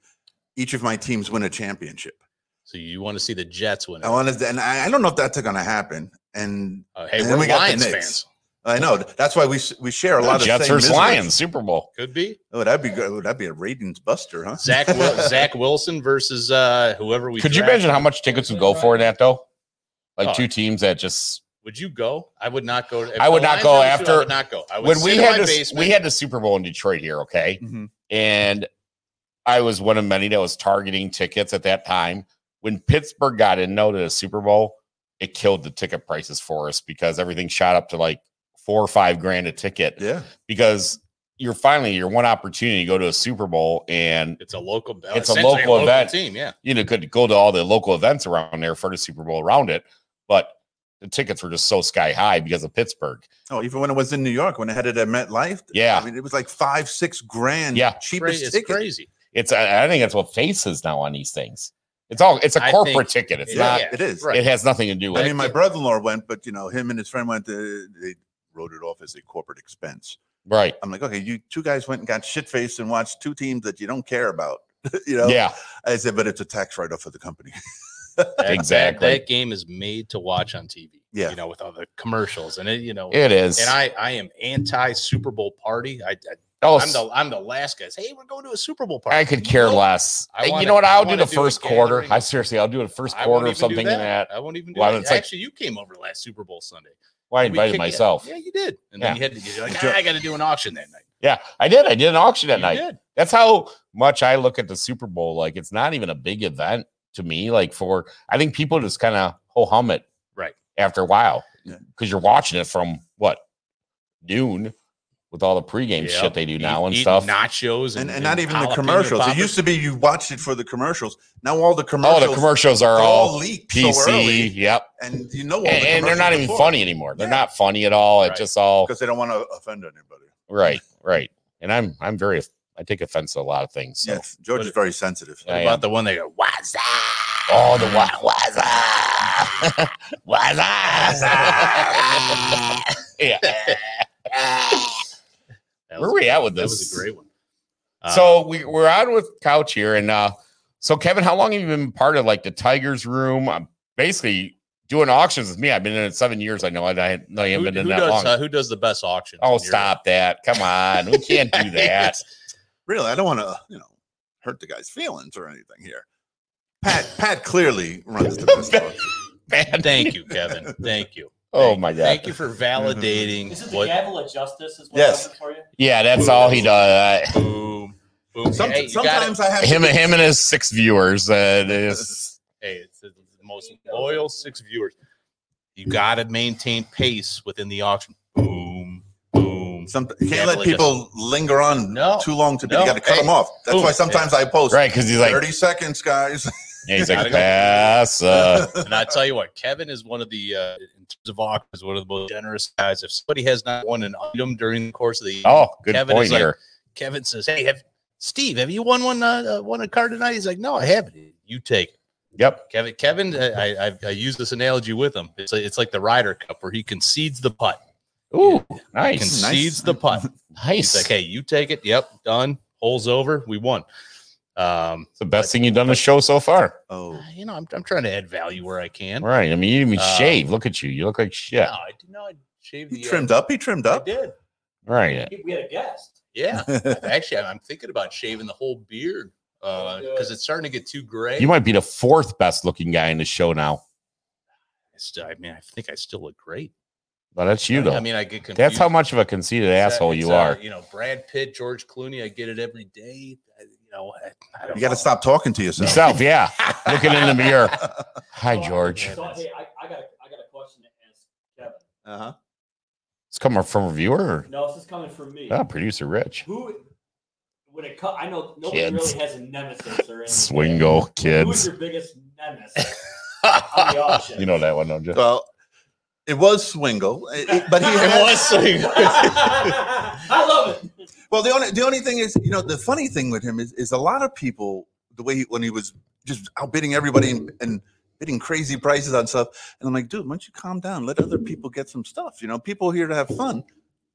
Speaker 4: each of my teams win a championship.
Speaker 3: So you want to see the Jets win? it.
Speaker 4: I wanted, to, and I, I don't know if that's going to happen. And
Speaker 3: Uh, hey,
Speaker 4: and
Speaker 3: we're
Speaker 4: we got the
Speaker 3: Lions
Speaker 4: Knicks.
Speaker 3: fans.
Speaker 4: I know that's why we s- we share a lot of
Speaker 2: Jets
Speaker 4: same
Speaker 2: versus
Speaker 4: miseries.
Speaker 2: Lions Super Bowl.
Speaker 3: Could be
Speaker 4: Oh, that'd be good. Oh, That'd be a ratings buster, huh?
Speaker 3: Zach Wil- Zach Wilson versus uh, whoever we.
Speaker 2: Could you
Speaker 3: draft.
Speaker 2: imagine how much tickets would go for in that though? Like
Speaker 3: Oh.
Speaker 2: two teams that just
Speaker 3: Would you go? I would not go. to- if
Speaker 2: I would
Speaker 3: the
Speaker 2: not
Speaker 3: Lions
Speaker 2: go
Speaker 3: were to shoot,
Speaker 2: after-
Speaker 3: I would not go. I would
Speaker 2: when we had
Speaker 3: my
Speaker 2: this,
Speaker 3: basement. Mm-hmm.
Speaker 2: we had the Super Bowl in Detroit here. Okay,
Speaker 4: Mhm.
Speaker 2: and I was one of many that was targeting tickets at that time. When Pittsburgh got in though to the Super Bowl, it killed the ticket prices for us because everything shot up to like four or five grand a ticket
Speaker 4: Yeah,
Speaker 2: because you're finally your one opportunity to go to a Super Bowl and
Speaker 3: It's a local. uh,
Speaker 2: It's a
Speaker 3: essentially
Speaker 2: local event.
Speaker 3: Team, yeah.
Speaker 2: you know could go to all the local events around there for the Super Bowl around it, but the tickets were just so sky high because of Pittsburgh.
Speaker 4: Oh, even when it was in New York, when I had it at MetLife.
Speaker 2: Yeah.
Speaker 4: I mean, it was like five, six grand.
Speaker 2: Yeah.
Speaker 4: cheapest
Speaker 3: it's
Speaker 4: ticket.
Speaker 3: crazy.
Speaker 2: It's I I think that's what faces now on these things. It's all it's a
Speaker 3: I
Speaker 2: corporate
Speaker 3: think-
Speaker 2: ticket. It's
Speaker 3: yeah.
Speaker 2: not.
Speaker 4: it is.
Speaker 3: Right.
Speaker 2: It has nothing to do with.
Speaker 4: I
Speaker 2: it.
Speaker 4: mean, my brother-in-law went, but you know, him and his friend went. To, they wrote it off as a corporate expense.
Speaker 2: right.
Speaker 4: I'm like, okay, you two guys went and got shit faced and watched two teams that you don't care about. you know,
Speaker 2: Yeah.
Speaker 4: I said, but it's a tax write-off for the company.
Speaker 3: That-
Speaker 2: Exactly.
Speaker 3: That, that game is made to watch on TV.
Speaker 4: Yeah.
Speaker 3: You know, with all the commercials and it, you know,
Speaker 2: It is.
Speaker 3: and I, I am anti Super Bowl party. I, I
Speaker 2: Oh,
Speaker 3: I'm the I'm the last guy. Hey, we're going to a Super Bowl party.
Speaker 2: I could care
Speaker 3: Nope.
Speaker 2: less.
Speaker 3: I
Speaker 2: you
Speaker 3: wanna-
Speaker 2: know what?
Speaker 3: I
Speaker 2: I'll do
Speaker 3: wanna
Speaker 2: the
Speaker 3: do a
Speaker 2: first quarter.
Speaker 3: gathering.
Speaker 2: I seriously, I'll do it first
Speaker 3: I won't
Speaker 2: quarter
Speaker 3: even
Speaker 2: of
Speaker 3: do
Speaker 2: something in that.
Speaker 3: I won't even do
Speaker 2: Well,
Speaker 3: that.
Speaker 2: it's like-
Speaker 3: Actually, you came over last Super Bowl Sunday.
Speaker 2: Well, I
Speaker 3: We
Speaker 2: invited
Speaker 3: kicked it.
Speaker 2: myself.
Speaker 3: Yeah, you did. And
Speaker 2: Yeah.
Speaker 3: then you had to get like,
Speaker 2: Sure.
Speaker 3: "Ah, I got to do an auction that night.
Speaker 2: Yeah, I did. I did an auction that
Speaker 3: You
Speaker 2: night.
Speaker 3: did.
Speaker 2: That's how much I look at the Super Bowl. Like it's not even a big event to me. Like for I think people just kind of ho hum it
Speaker 3: Right.
Speaker 2: after a while
Speaker 4: Yeah.
Speaker 2: because you're watching it from what noon with all the pregame
Speaker 3: Yeah.
Speaker 2: shit they do
Speaker 3: Eat-
Speaker 2: now and
Speaker 3: eating
Speaker 2: stuff.
Speaker 3: Nachos
Speaker 4: and, and not even the
Speaker 3: jalapeno
Speaker 4: commercials. It
Speaker 3: poppers.
Speaker 4: used to be you watched it for the commercials. Now all the
Speaker 2: Oh,
Speaker 4: commercials,
Speaker 2: the commercials are
Speaker 4: they're all,
Speaker 2: all
Speaker 4: leaked
Speaker 2: PC.
Speaker 4: so early,
Speaker 2: Yep,
Speaker 4: and you know all
Speaker 2: and,
Speaker 4: the
Speaker 2: and they're not even funny anymore. They're
Speaker 4: Yeah.
Speaker 2: not funny at all. It's
Speaker 3: Right.
Speaker 2: just all
Speaker 4: because they don't want to offend anybody.
Speaker 2: right, right. And I'm I'm very I take offense to a lot of things. So.
Speaker 4: yes, George
Speaker 3: But-
Speaker 4: is very sensitive.
Speaker 2: Yeah. I am.
Speaker 3: about the one they go, what's that?
Speaker 2: Oh, the wa- waza, waza, yeah.
Speaker 3: That
Speaker 2: Where
Speaker 3: was-
Speaker 2: we at with
Speaker 3: That was
Speaker 2: this?
Speaker 3: a great uh, one.
Speaker 2: So we we're on with couch here, and uh, so Kevin, how long have you been part of like the Tigers room? I'm basically doing auctions with me. I've been in it seven years. I know I, I know you haven't
Speaker 3: who,
Speaker 2: been in
Speaker 3: who
Speaker 2: that
Speaker 3: does,
Speaker 2: long.
Speaker 3: uh, who does the best auction?
Speaker 2: oh, stop that! Come on, we can't do that.
Speaker 4: Really, I don't want to you know hurt the guy's feelings or anything here. Pat Pat clearly runs the best. dog.
Speaker 2: Man,
Speaker 3: Thank you, Kevin. Thank you.
Speaker 2: Oh
Speaker 3: Thank-
Speaker 2: my god.
Speaker 3: Thank you for validating
Speaker 5: Is it the
Speaker 3: what.
Speaker 5: gavel of justice? Is what
Speaker 4: Yes.
Speaker 5: I'm for you?
Speaker 2: Yeah, that's all he does.
Speaker 3: Boom. Boom.
Speaker 4: Some,
Speaker 3: Hey, you gotta-
Speaker 4: sometimes I have to
Speaker 2: Him,
Speaker 4: get-
Speaker 2: him, and his six viewers. Uh, it is-
Speaker 3: hey, it's the most loyal six viewers. You got to maintain pace within the auction. Boom, boom.
Speaker 4: Some, you
Speaker 3: Yeah,
Speaker 4: can't let
Speaker 3: well,
Speaker 4: people linger on
Speaker 3: No,
Speaker 4: too long. To be,
Speaker 3: no,
Speaker 4: you got to cut
Speaker 3: hey,
Speaker 4: them off. That's
Speaker 3: boom,
Speaker 4: why sometimes I post
Speaker 2: right because he's like,
Speaker 4: thirty seconds, guys.
Speaker 2: yeah, he's
Speaker 3: Gotta
Speaker 2: like,
Speaker 3: go.
Speaker 2: pass. Uh,
Speaker 3: And I tell you what, Kevin is one of the uh, in terms of auctions, one of the most generous guys. If somebody has not won an item during the course of the,
Speaker 2: oh, good
Speaker 3: Kevin is
Speaker 2: point
Speaker 3: like-
Speaker 2: here.
Speaker 3: Kevin says, "Hey, have Steve, have you won one uh, uh, won a card tonight?" He's like, "No, I haven't." You take it.
Speaker 2: Yep.
Speaker 3: Kevin. Kevin, uh, I, I I use this analogy with him. It's it's like the Ryder Cup where he concedes the putt.
Speaker 2: Ooh, nice,
Speaker 3: Concedes
Speaker 4: Nice.
Speaker 3: the putt.
Speaker 2: nice.
Speaker 3: He's like, hey, you take it. Yep, done. Hole's over. We won. Um,
Speaker 2: It's the best thing you've done the show so far.
Speaker 4: oh,
Speaker 3: you know, I'm, I'm trying to add value where I can.
Speaker 2: Right. I mean, you didn't even
Speaker 3: Uh,
Speaker 2: shave. Look at you. You look like shit.
Speaker 3: No, I did not shave
Speaker 4: he
Speaker 3: the. uh,
Speaker 4: trimmed up. He trimmed
Speaker 3: I
Speaker 4: up.
Speaker 3: did.
Speaker 2: Right.
Speaker 5: We- We had a guest.
Speaker 3: Yeah. Actually, I'm thinking about shaving the whole beard because it's starting to get too gray.
Speaker 2: Oh, You might be the fourth best looking guy in the show now.
Speaker 3: I still- I mean, I think I still look great.
Speaker 2: But that's you, though.
Speaker 3: I mean, I get confused.
Speaker 2: that's how much of a conceited
Speaker 3: It's, uh,
Speaker 2: asshole
Speaker 3: it's,
Speaker 2: you
Speaker 3: uh,
Speaker 2: are.
Speaker 3: You know, Brad Pitt, George Clooney. I get it every day. I, you know, I, I don't
Speaker 4: You got
Speaker 3: know.
Speaker 4: to stop talking to yourself.
Speaker 2: Yourself, yeah. Looking in the mirror. Hi,
Speaker 5: So I-
Speaker 2: George.
Speaker 5: So, hey, I, I got a, I got a question to ask Kevin.
Speaker 4: Uh-huh.
Speaker 2: It's coming from a viewer or
Speaker 5: No, this is coming from me.
Speaker 2: Ah, producer Rich.
Speaker 5: Who, when it comes, I know nobody
Speaker 2: Kids.
Speaker 5: really has a nemesis or anything.
Speaker 2: Swingle
Speaker 5: Who's
Speaker 2: kids.
Speaker 5: your biggest nemesis on the auction?
Speaker 2: You know that one, don't you?
Speaker 4: Well, it was Swingle, it- it- but he had,
Speaker 5: I love it.
Speaker 4: Well, the only the only thing is, you know, the funny thing with him is, is a lot of people the way he, when he was just outbidding everybody and, and bidding crazy prices on stuff, and I'm like, dude, why don't you calm down? Let other people get some stuff. You know, people here to have fun.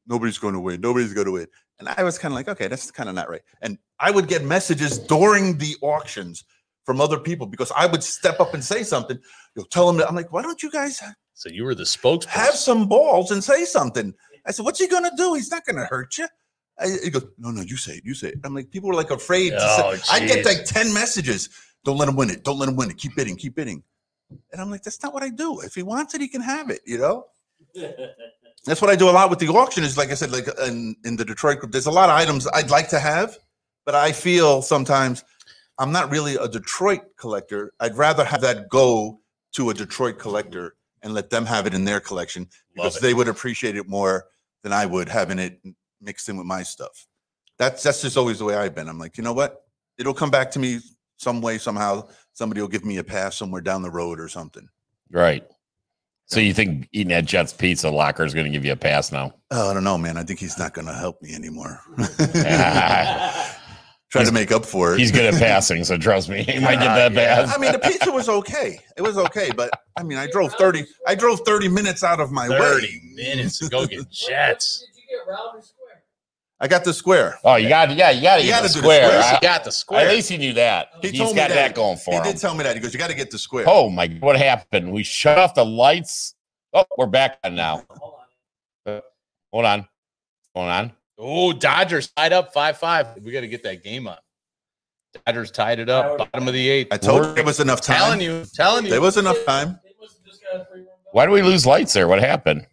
Speaker 4: Nobody's going to win. Nobody's going to win. And I was kind of like, okay, that's kind of not right. And I would get messages during the auctions from other people because I would step up and say something. You'll tell them that I'm like, why don't you guys
Speaker 3: So you were the spokesperson.
Speaker 4: have some balls and say something. I said, what's he gonna do? He's not gonna hurt you. I, he goes, no, no, you say it, you say it. I'm like, people were like afraid.
Speaker 3: Oh,
Speaker 4: to say. I
Speaker 3: jeez.
Speaker 4: get like ten messages. Don't let him win it. Don't let him win it. Keep bidding. Keep bidding. And I'm like, that's not what I do. If he wants it, he can have it. You know. That's what I do a lot with the auction. Is like I said, like in, in the Detroit group, there's a lot of items I'd like to have, but I feel sometimes I'm not really a Detroit collector. I'd rather have that go to a Detroit collector and let them have it in their collection because
Speaker 3: it.
Speaker 4: they would appreciate it more than I would having it mixed in with my stuff. That's that's just always the way I've been. I'm like, you know what? It'll come back to me some way, somehow. Somebody will give me a pass somewhere down the road or something.
Speaker 2: Right. So you think eating at Jets Pizza Locker is going to give you a pass now?
Speaker 4: Oh, I don't know, man. I think he's not going to help me anymore. Try
Speaker 2: He's-
Speaker 4: to make up for it.
Speaker 2: He's good at passing, so trust me, he might get that
Speaker 3: Yeah.
Speaker 2: pass.
Speaker 4: I mean, the pizza was okay. It was okay, but I mean, I drove thirty. I drove thirty minutes out of my
Speaker 3: Thirty
Speaker 4: way.
Speaker 3: minutes to go get Jets.
Speaker 6: Did you get round or square?
Speaker 4: I got the square.
Speaker 2: Oh, you got yeah, you got to
Speaker 4: You
Speaker 2: get the
Speaker 4: gotta do the
Speaker 2: square.
Speaker 4: square.
Speaker 3: At least
Speaker 2: I-
Speaker 3: he got the square.
Speaker 2: At least he knew that.
Speaker 4: He
Speaker 2: He's
Speaker 4: told me
Speaker 2: got
Speaker 4: that.
Speaker 2: that going
Speaker 4: he
Speaker 2: for him.
Speaker 4: did tell me that. He goes, "You got to get the square."
Speaker 2: Oh my! What happened? We shut off the lights. Oh, we're back on now.
Speaker 5: Hold on.
Speaker 2: Hold on. Hold on.
Speaker 3: Oh, Dodgers tied up five five. We got to get that game on. Dodgers tied it up, bottom of the eighth.
Speaker 4: I told you
Speaker 3: We're
Speaker 4: there was enough time.
Speaker 3: telling you, telling
Speaker 4: There
Speaker 3: you.
Speaker 4: was enough time.
Speaker 6: It was just got a free run.
Speaker 2: Why do we lose lights there? What happened?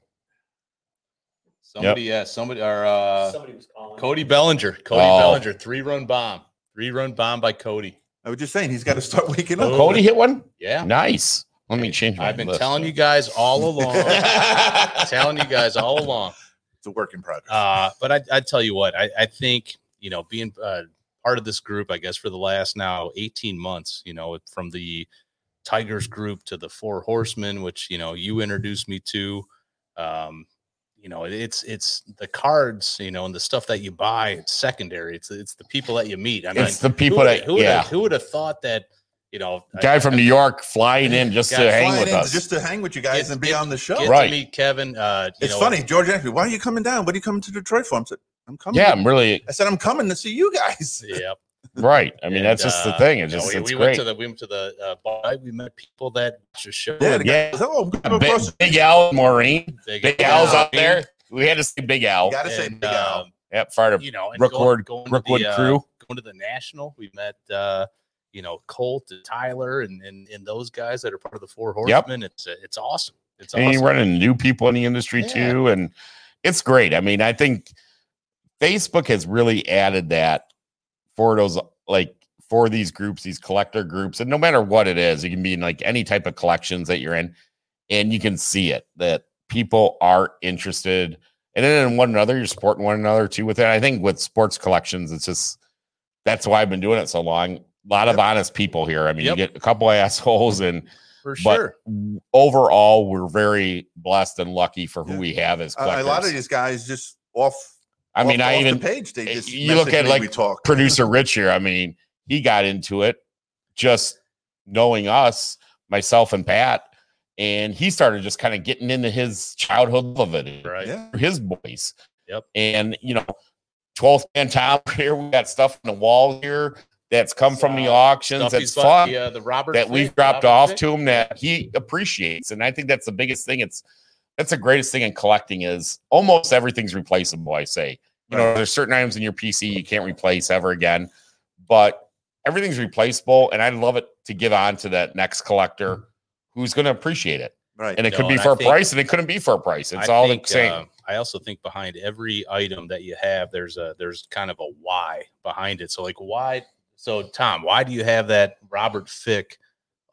Speaker 3: Somebody, yeah, somebody. Our uh,
Speaker 5: Somebody was calling.
Speaker 3: Cody Bellinger, Cody
Speaker 2: Oh.
Speaker 3: Bellinger, three run bomb, three run bomb by Cody.
Speaker 4: I was just saying he's got to start waking up.
Speaker 3: Oh,
Speaker 2: Cody hit one.
Speaker 3: Yeah,
Speaker 2: Nice. Let me change. My
Speaker 3: I've been
Speaker 2: list.
Speaker 3: telling you guys all
Speaker 2: Oh.
Speaker 3: along,
Speaker 4: it's
Speaker 3: telling you guys all along.
Speaker 4: a work in progress.
Speaker 3: Uh, but I, I tell you what, I, I think you know being uh, part of this group, I guess for the last now eighteen months, you know, from the Tigers group to the Four Horsemen, which you know you introduced me to. Um, you know, it's it's the cards, you know, and the stuff that you buy. It's secondary. It's it's the people that you meet. I mean,
Speaker 2: It's the people
Speaker 3: who would-
Speaker 2: that
Speaker 3: who would
Speaker 2: yeah.
Speaker 3: who would have thought that you know
Speaker 2: Guy from New York flying in just to
Speaker 3: Guy
Speaker 2: hang
Speaker 4: Flying
Speaker 2: with
Speaker 4: in
Speaker 2: us.
Speaker 4: just to hang with you guys
Speaker 3: Get-
Speaker 4: and be
Speaker 3: get-
Speaker 4: on the show.
Speaker 3: get
Speaker 2: Right.
Speaker 3: to meet Kevin. Uh, you
Speaker 4: It's
Speaker 3: know,
Speaker 4: funny. George asked me, "Why are you coming down? What are you coming to Detroit for?" I said, "I'm coming."
Speaker 2: yeah, I'm really
Speaker 4: I said, "I'm coming to see you guys."
Speaker 3: Yeah,
Speaker 2: right. I mean, that's just the
Speaker 3: uh,
Speaker 2: thing. It's
Speaker 3: You know,
Speaker 2: just
Speaker 3: we,
Speaker 2: it's
Speaker 3: we went
Speaker 2: great.
Speaker 3: to the we went to the uh, bar. We met people that watch the show.
Speaker 4: Yeah, the guy
Speaker 2: Yeah.
Speaker 4: goes, "Oh, I'm going
Speaker 2: Big,
Speaker 4: across the-
Speaker 2: Big Al and Maureen.
Speaker 3: They
Speaker 2: Big
Speaker 3: get-
Speaker 2: Al's out there. We had to see Big Al.
Speaker 4: Gotta say,
Speaker 3: And,
Speaker 4: Big Al.
Speaker 3: um,
Speaker 2: Yep, fired up.
Speaker 3: you know, and
Speaker 2: Rookwood-
Speaker 3: going, going
Speaker 2: Rookwood
Speaker 3: to the,
Speaker 2: crew.
Speaker 3: Uh, going to the national. We met uh, you know Colt and Tyler and, and and those guys that are part of the Four
Speaker 2: Yep.
Speaker 3: Horsemen. It's uh, it's awesome. It's
Speaker 2: and
Speaker 3: awesome.
Speaker 2: you're running new people in the industry
Speaker 3: Yeah.
Speaker 2: too and it's great i mean i think facebook has really added that for those like for these groups these collector groups and no matter what it is you can be in like any type of collections that you're in and you can see it that people are interested and then in one another you're supporting one another too with it i think with sports collections it's just that's why i've been doing it so long a lot of
Speaker 4: Yep.
Speaker 2: honest people here i mean
Speaker 3: Yep.
Speaker 2: you get a couple of assholes and
Speaker 3: for
Speaker 2: but
Speaker 3: sure.
Speaker 2: overall, we're very blessed and lucky for who
Speaker 4: Yeah.
Speaker 2: we have as
Speaker 4: A,
Speaker 2: collectors.
Speaker 4: a lot of these guys just off.
Speaker 2: um, I mean,
Speaker 4: off-
Speaker 2: I
Speaker 4: off
Speaker 2: even
Speaker 4: the page. They just
Speaker 2: you look
Speaker 4: message
Speaker 2: at,
Speaker 4: me,
Speaker 2: like,
Speaker 4: we talk.
Speaker 2: producer Rich here. I mean, he got into it just knowing us, myself and Pat, and he started just kind of getting into his childhood love of it,
Speaker 3: Right.
Speaker 4: Yeah,
Speaker 2: through his voice.
Speaker 3: Yep.
Speaker 2: And you know, 12th man Tom here, we got stuff on the wall here that's come from the
Speaker 3: Uh,
Speaker 2: auctions.
Speaker 3: Stuff
Speaker 2: That's
Speaker 3: he's bought,
Speaker 2: fun
Speaker 3: The, uh, the Robert
Speaker 2: that we've
Speaker 3: Fick,
Speaker 2: dropped
Speaker 3: Robert
Speaker 2: off
Speaker 3: Fick.
Speaker 2: to him that he appreciates. And I think that's the biggest thing. It's that's the greatest thing in collecting is almost everything's replaceable. I say, you know, there's certain items in your PC you can't replace ever again, but everything's replaceable. And I'd love it to give on to that next collector who's going to appreciate it.
Speaker 4: right.
Speaker 2: And it
Speaker 3: Mm-hmm.
Speaker 2: could
Speaker 3: No,
Speaker 2: be
Speaker 3: and I
Speaker 2: for a
Speaker 3: think-
Speaker 2: price and it couldn't be for a price. It's
Speaker 3: I
Speaker 2: all
Speaker 3: think,
Speaker 2: the same.
Speaker 3: uh, I also think behind every item that you have, there's a there's kind of a why behind it. So like why? So Tom, why do you have that Robert Fick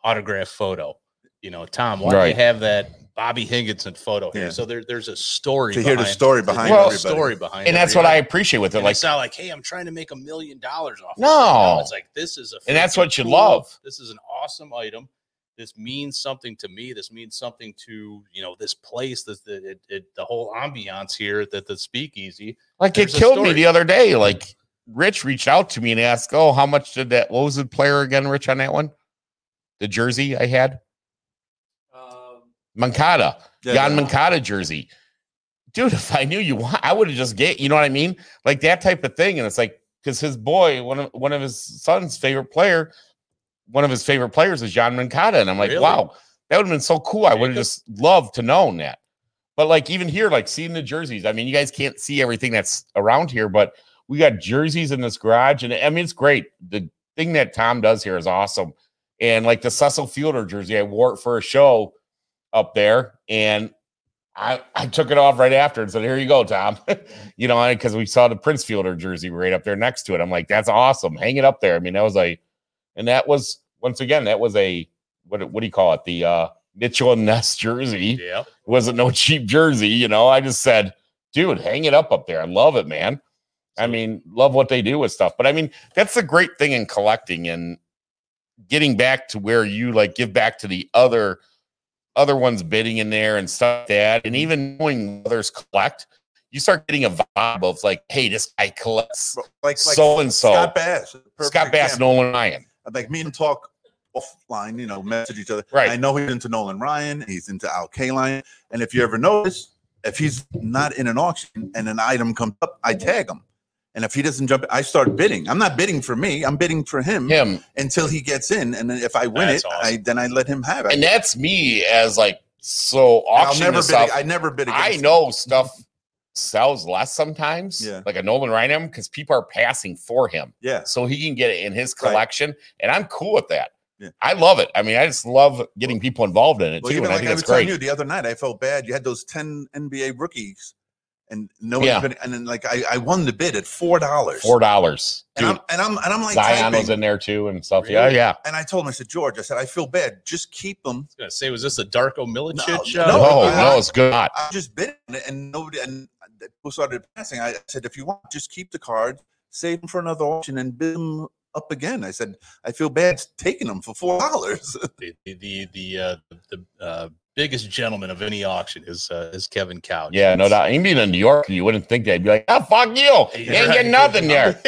Speaker 3: autograph photo? You know, Tom, why do
Speaker 2: Right.
Speaker 3: you have that Bobby Higginson photo here?
Speaker 4: Yeah.
Speaker 3: So there, there's a story
Speaker 4: To hear the
Speaker 3: behind-
Speaker 4: story
Speaker 3: to
Speaker 4: behind
Speaker 3: hear the
Speaker 2: everybody.
Speaker 3: story behind,
Speaker 2: and that's
Speaker 3: every
Speaker 2: what I
Speaker 3: item.
Speaker 2: appreciate with it.
Speaker 3: And
Speaker 2: Like,
Speaker 3: it's not like, hey, I'm trying to make a million dollars off. of it.
Speaker 2: No.
Speaker 3: it's like this is a
Speaker 2: And that's
Speaker 3: freaking
Speaker 2: what you love.
Speaker 3: This is an awesome item. This means something to me. This means something to you know this place. This the it, it, the whole ambiance here that the speakeasy.
Speaker 2: Like
Speaker 3: There's
Speaker 2: it
Speaker 3: a
Speaker 2: killed me
Speaker 3: story.
Speaker 2: the other day. Like Rich reached out to me and asked, "Oh, how much did that? What was the player again, Rich, on that one? The jersey I had,
Speaker 6: Um,
Speaker 2: Mancada,
Speaker 4: Yeah,
Speaker 2: Jan
Speaker 4: yeah.
Speaker 2: Mancada jersey. Dude, if I knew you, want, I would have just get. You know what I mean? Like that type of thing. And it's like because his boy, one of one of his son's favorite player, one of his favorite players is John Mancada, and I'm like,
Speaker 3: Really?
Speaker 2: wow, that would have been so cool. I would have
Speaker 3: Jacob?
Speaker 2: just loved to known that. But like even here, like seeing the jerseys. I mean, you guys can't see everything that's around here, but we got jerseys in this garage, and I mean it's great. The thing that Tom does here is awesome. And like the Cecil Fielder jersey, I wore it for a show up there, and I I took it off right after and said, "Here you go, Tom." you know, because we saw the Prince Fielder jersey right up there next to it. I'm like, "That's awesome! Hang it up there." I mean, that was a, and that was once again that was a what what do you call it? The uh, Mitchell and Ness jersey
Speaker 3: Yeah,
Speaker 2: wasn't no cheap jersey, you know. I just said, dude, hang it up up there. I love it, man. I mean, love what they do with stuff. But I mean, that's the great thing in collecting and getting back to where you like give back to the other other ones bidding in there and stuff like that,
Speaker 4: Mm-hmm.
Speaker 2: and even knowing others collect, you start getting a vibe of like, hey, this guy collects
Speaker 4: But like, like
Speaker 2: so and so.
Speaker 4: Scott Bass.
Speaker 2: Scott Bass,
Speaker 4: No,
Speaker 2: Nolan Ryan.
Speaker 4: like me and him talk offline. You know, message each other.
Speaker 2: Right.
Speaker 4: I know he's into Nolan Ryan. He's into Al Kaline. And if you ever notice, if he's not in an auction and an item comes up, I tag him. And if he doesn't jump, I start bidding. I'm not bidding for me. I'm bidding for him
Speaker 2: Him.
Speaker 4: until he gets in. And then if I win
Speaker 3: That's
Speaker 4: it,
Speaker 3: awesome.
Speaker 4: I then I let him have it.
Speaker 2: And that's me as like so
Speaker 4: I'll
Speaker 2: auction
Speaker 4: never
Speaker 2: this
Speaker 4: bid.
Speaker 2: stuff.
Speaker 4: I never bid. Against
Speaker 2: I
Speaker 4: him.
Speaker 2: know stuff sells less sometimes,
Speaker 4: Yeah.
Speaker 2: like a Nolan Ryan, because people are passing for him.
Speaker 4: Yeah.
Speaker 2: So he can get it in his
Speaker 4: Right.
Speaker 2: collection. And I'm cool with that.
Speaker 4: Yeah.
Speaker 2: I love it. I mean, I just love getting people involved in it
Speaker 4: Well,
Speaker 2: too.
Speaker 4: even
Speaker 2: And I
Speaker 4: like
Speaker 2: think
Speaker 4: I
Speaker 2: that's
Speaker 4: was telling
Speaker 2: great.
Speaker 4: you the other night, I felt bad. You had those ten NBA rookies, and no one's
Speaker 2: Yeah.
Speaker 4: been. And then like I, I won the bid at four dollars.
Speaker 2: Four dollars.
Speaker 4: And
Speaker 2: Dude,
Speaker 4: I'm and I'm and I'm like
Speaker 2: Zion was
Speaker 4: typing.
Speaker 2: in there too and stuff.
Speaker 3: Really?
Speaker 2: Yeah, yeah.
Speaker 4: and I told him, I said, George, I said, I feel bad. Just keep them.
Speaker 3: was gonna say, was this a Darko Milicic?
Speaker 4: No,
Speaker 3: uh,
Speaker 2: No,
Speaker 4: No,
Speaker 2: Oh, no,
Speaker 4: I-
Speaker 2: it's good. Not.
Speaker 4: I just bid on it, and nobody and people started passing. I said, if you want, just keep the cards, save them for another auction, and bid them up again. I said, I feel bad taking them for four dollars.
Speaker 3: the the the the, uh, the uh, biggest gentleman of any auction is uh, is Kevin Couch.
Speaker 2: Yeah, no doubt. Even in New York, you wouldn't think they'd be like, oh, fuck you. You
Speaker 3: You're
Speaker 2: ain't
Speaker 3: right.
Speaker 2: get nothing there.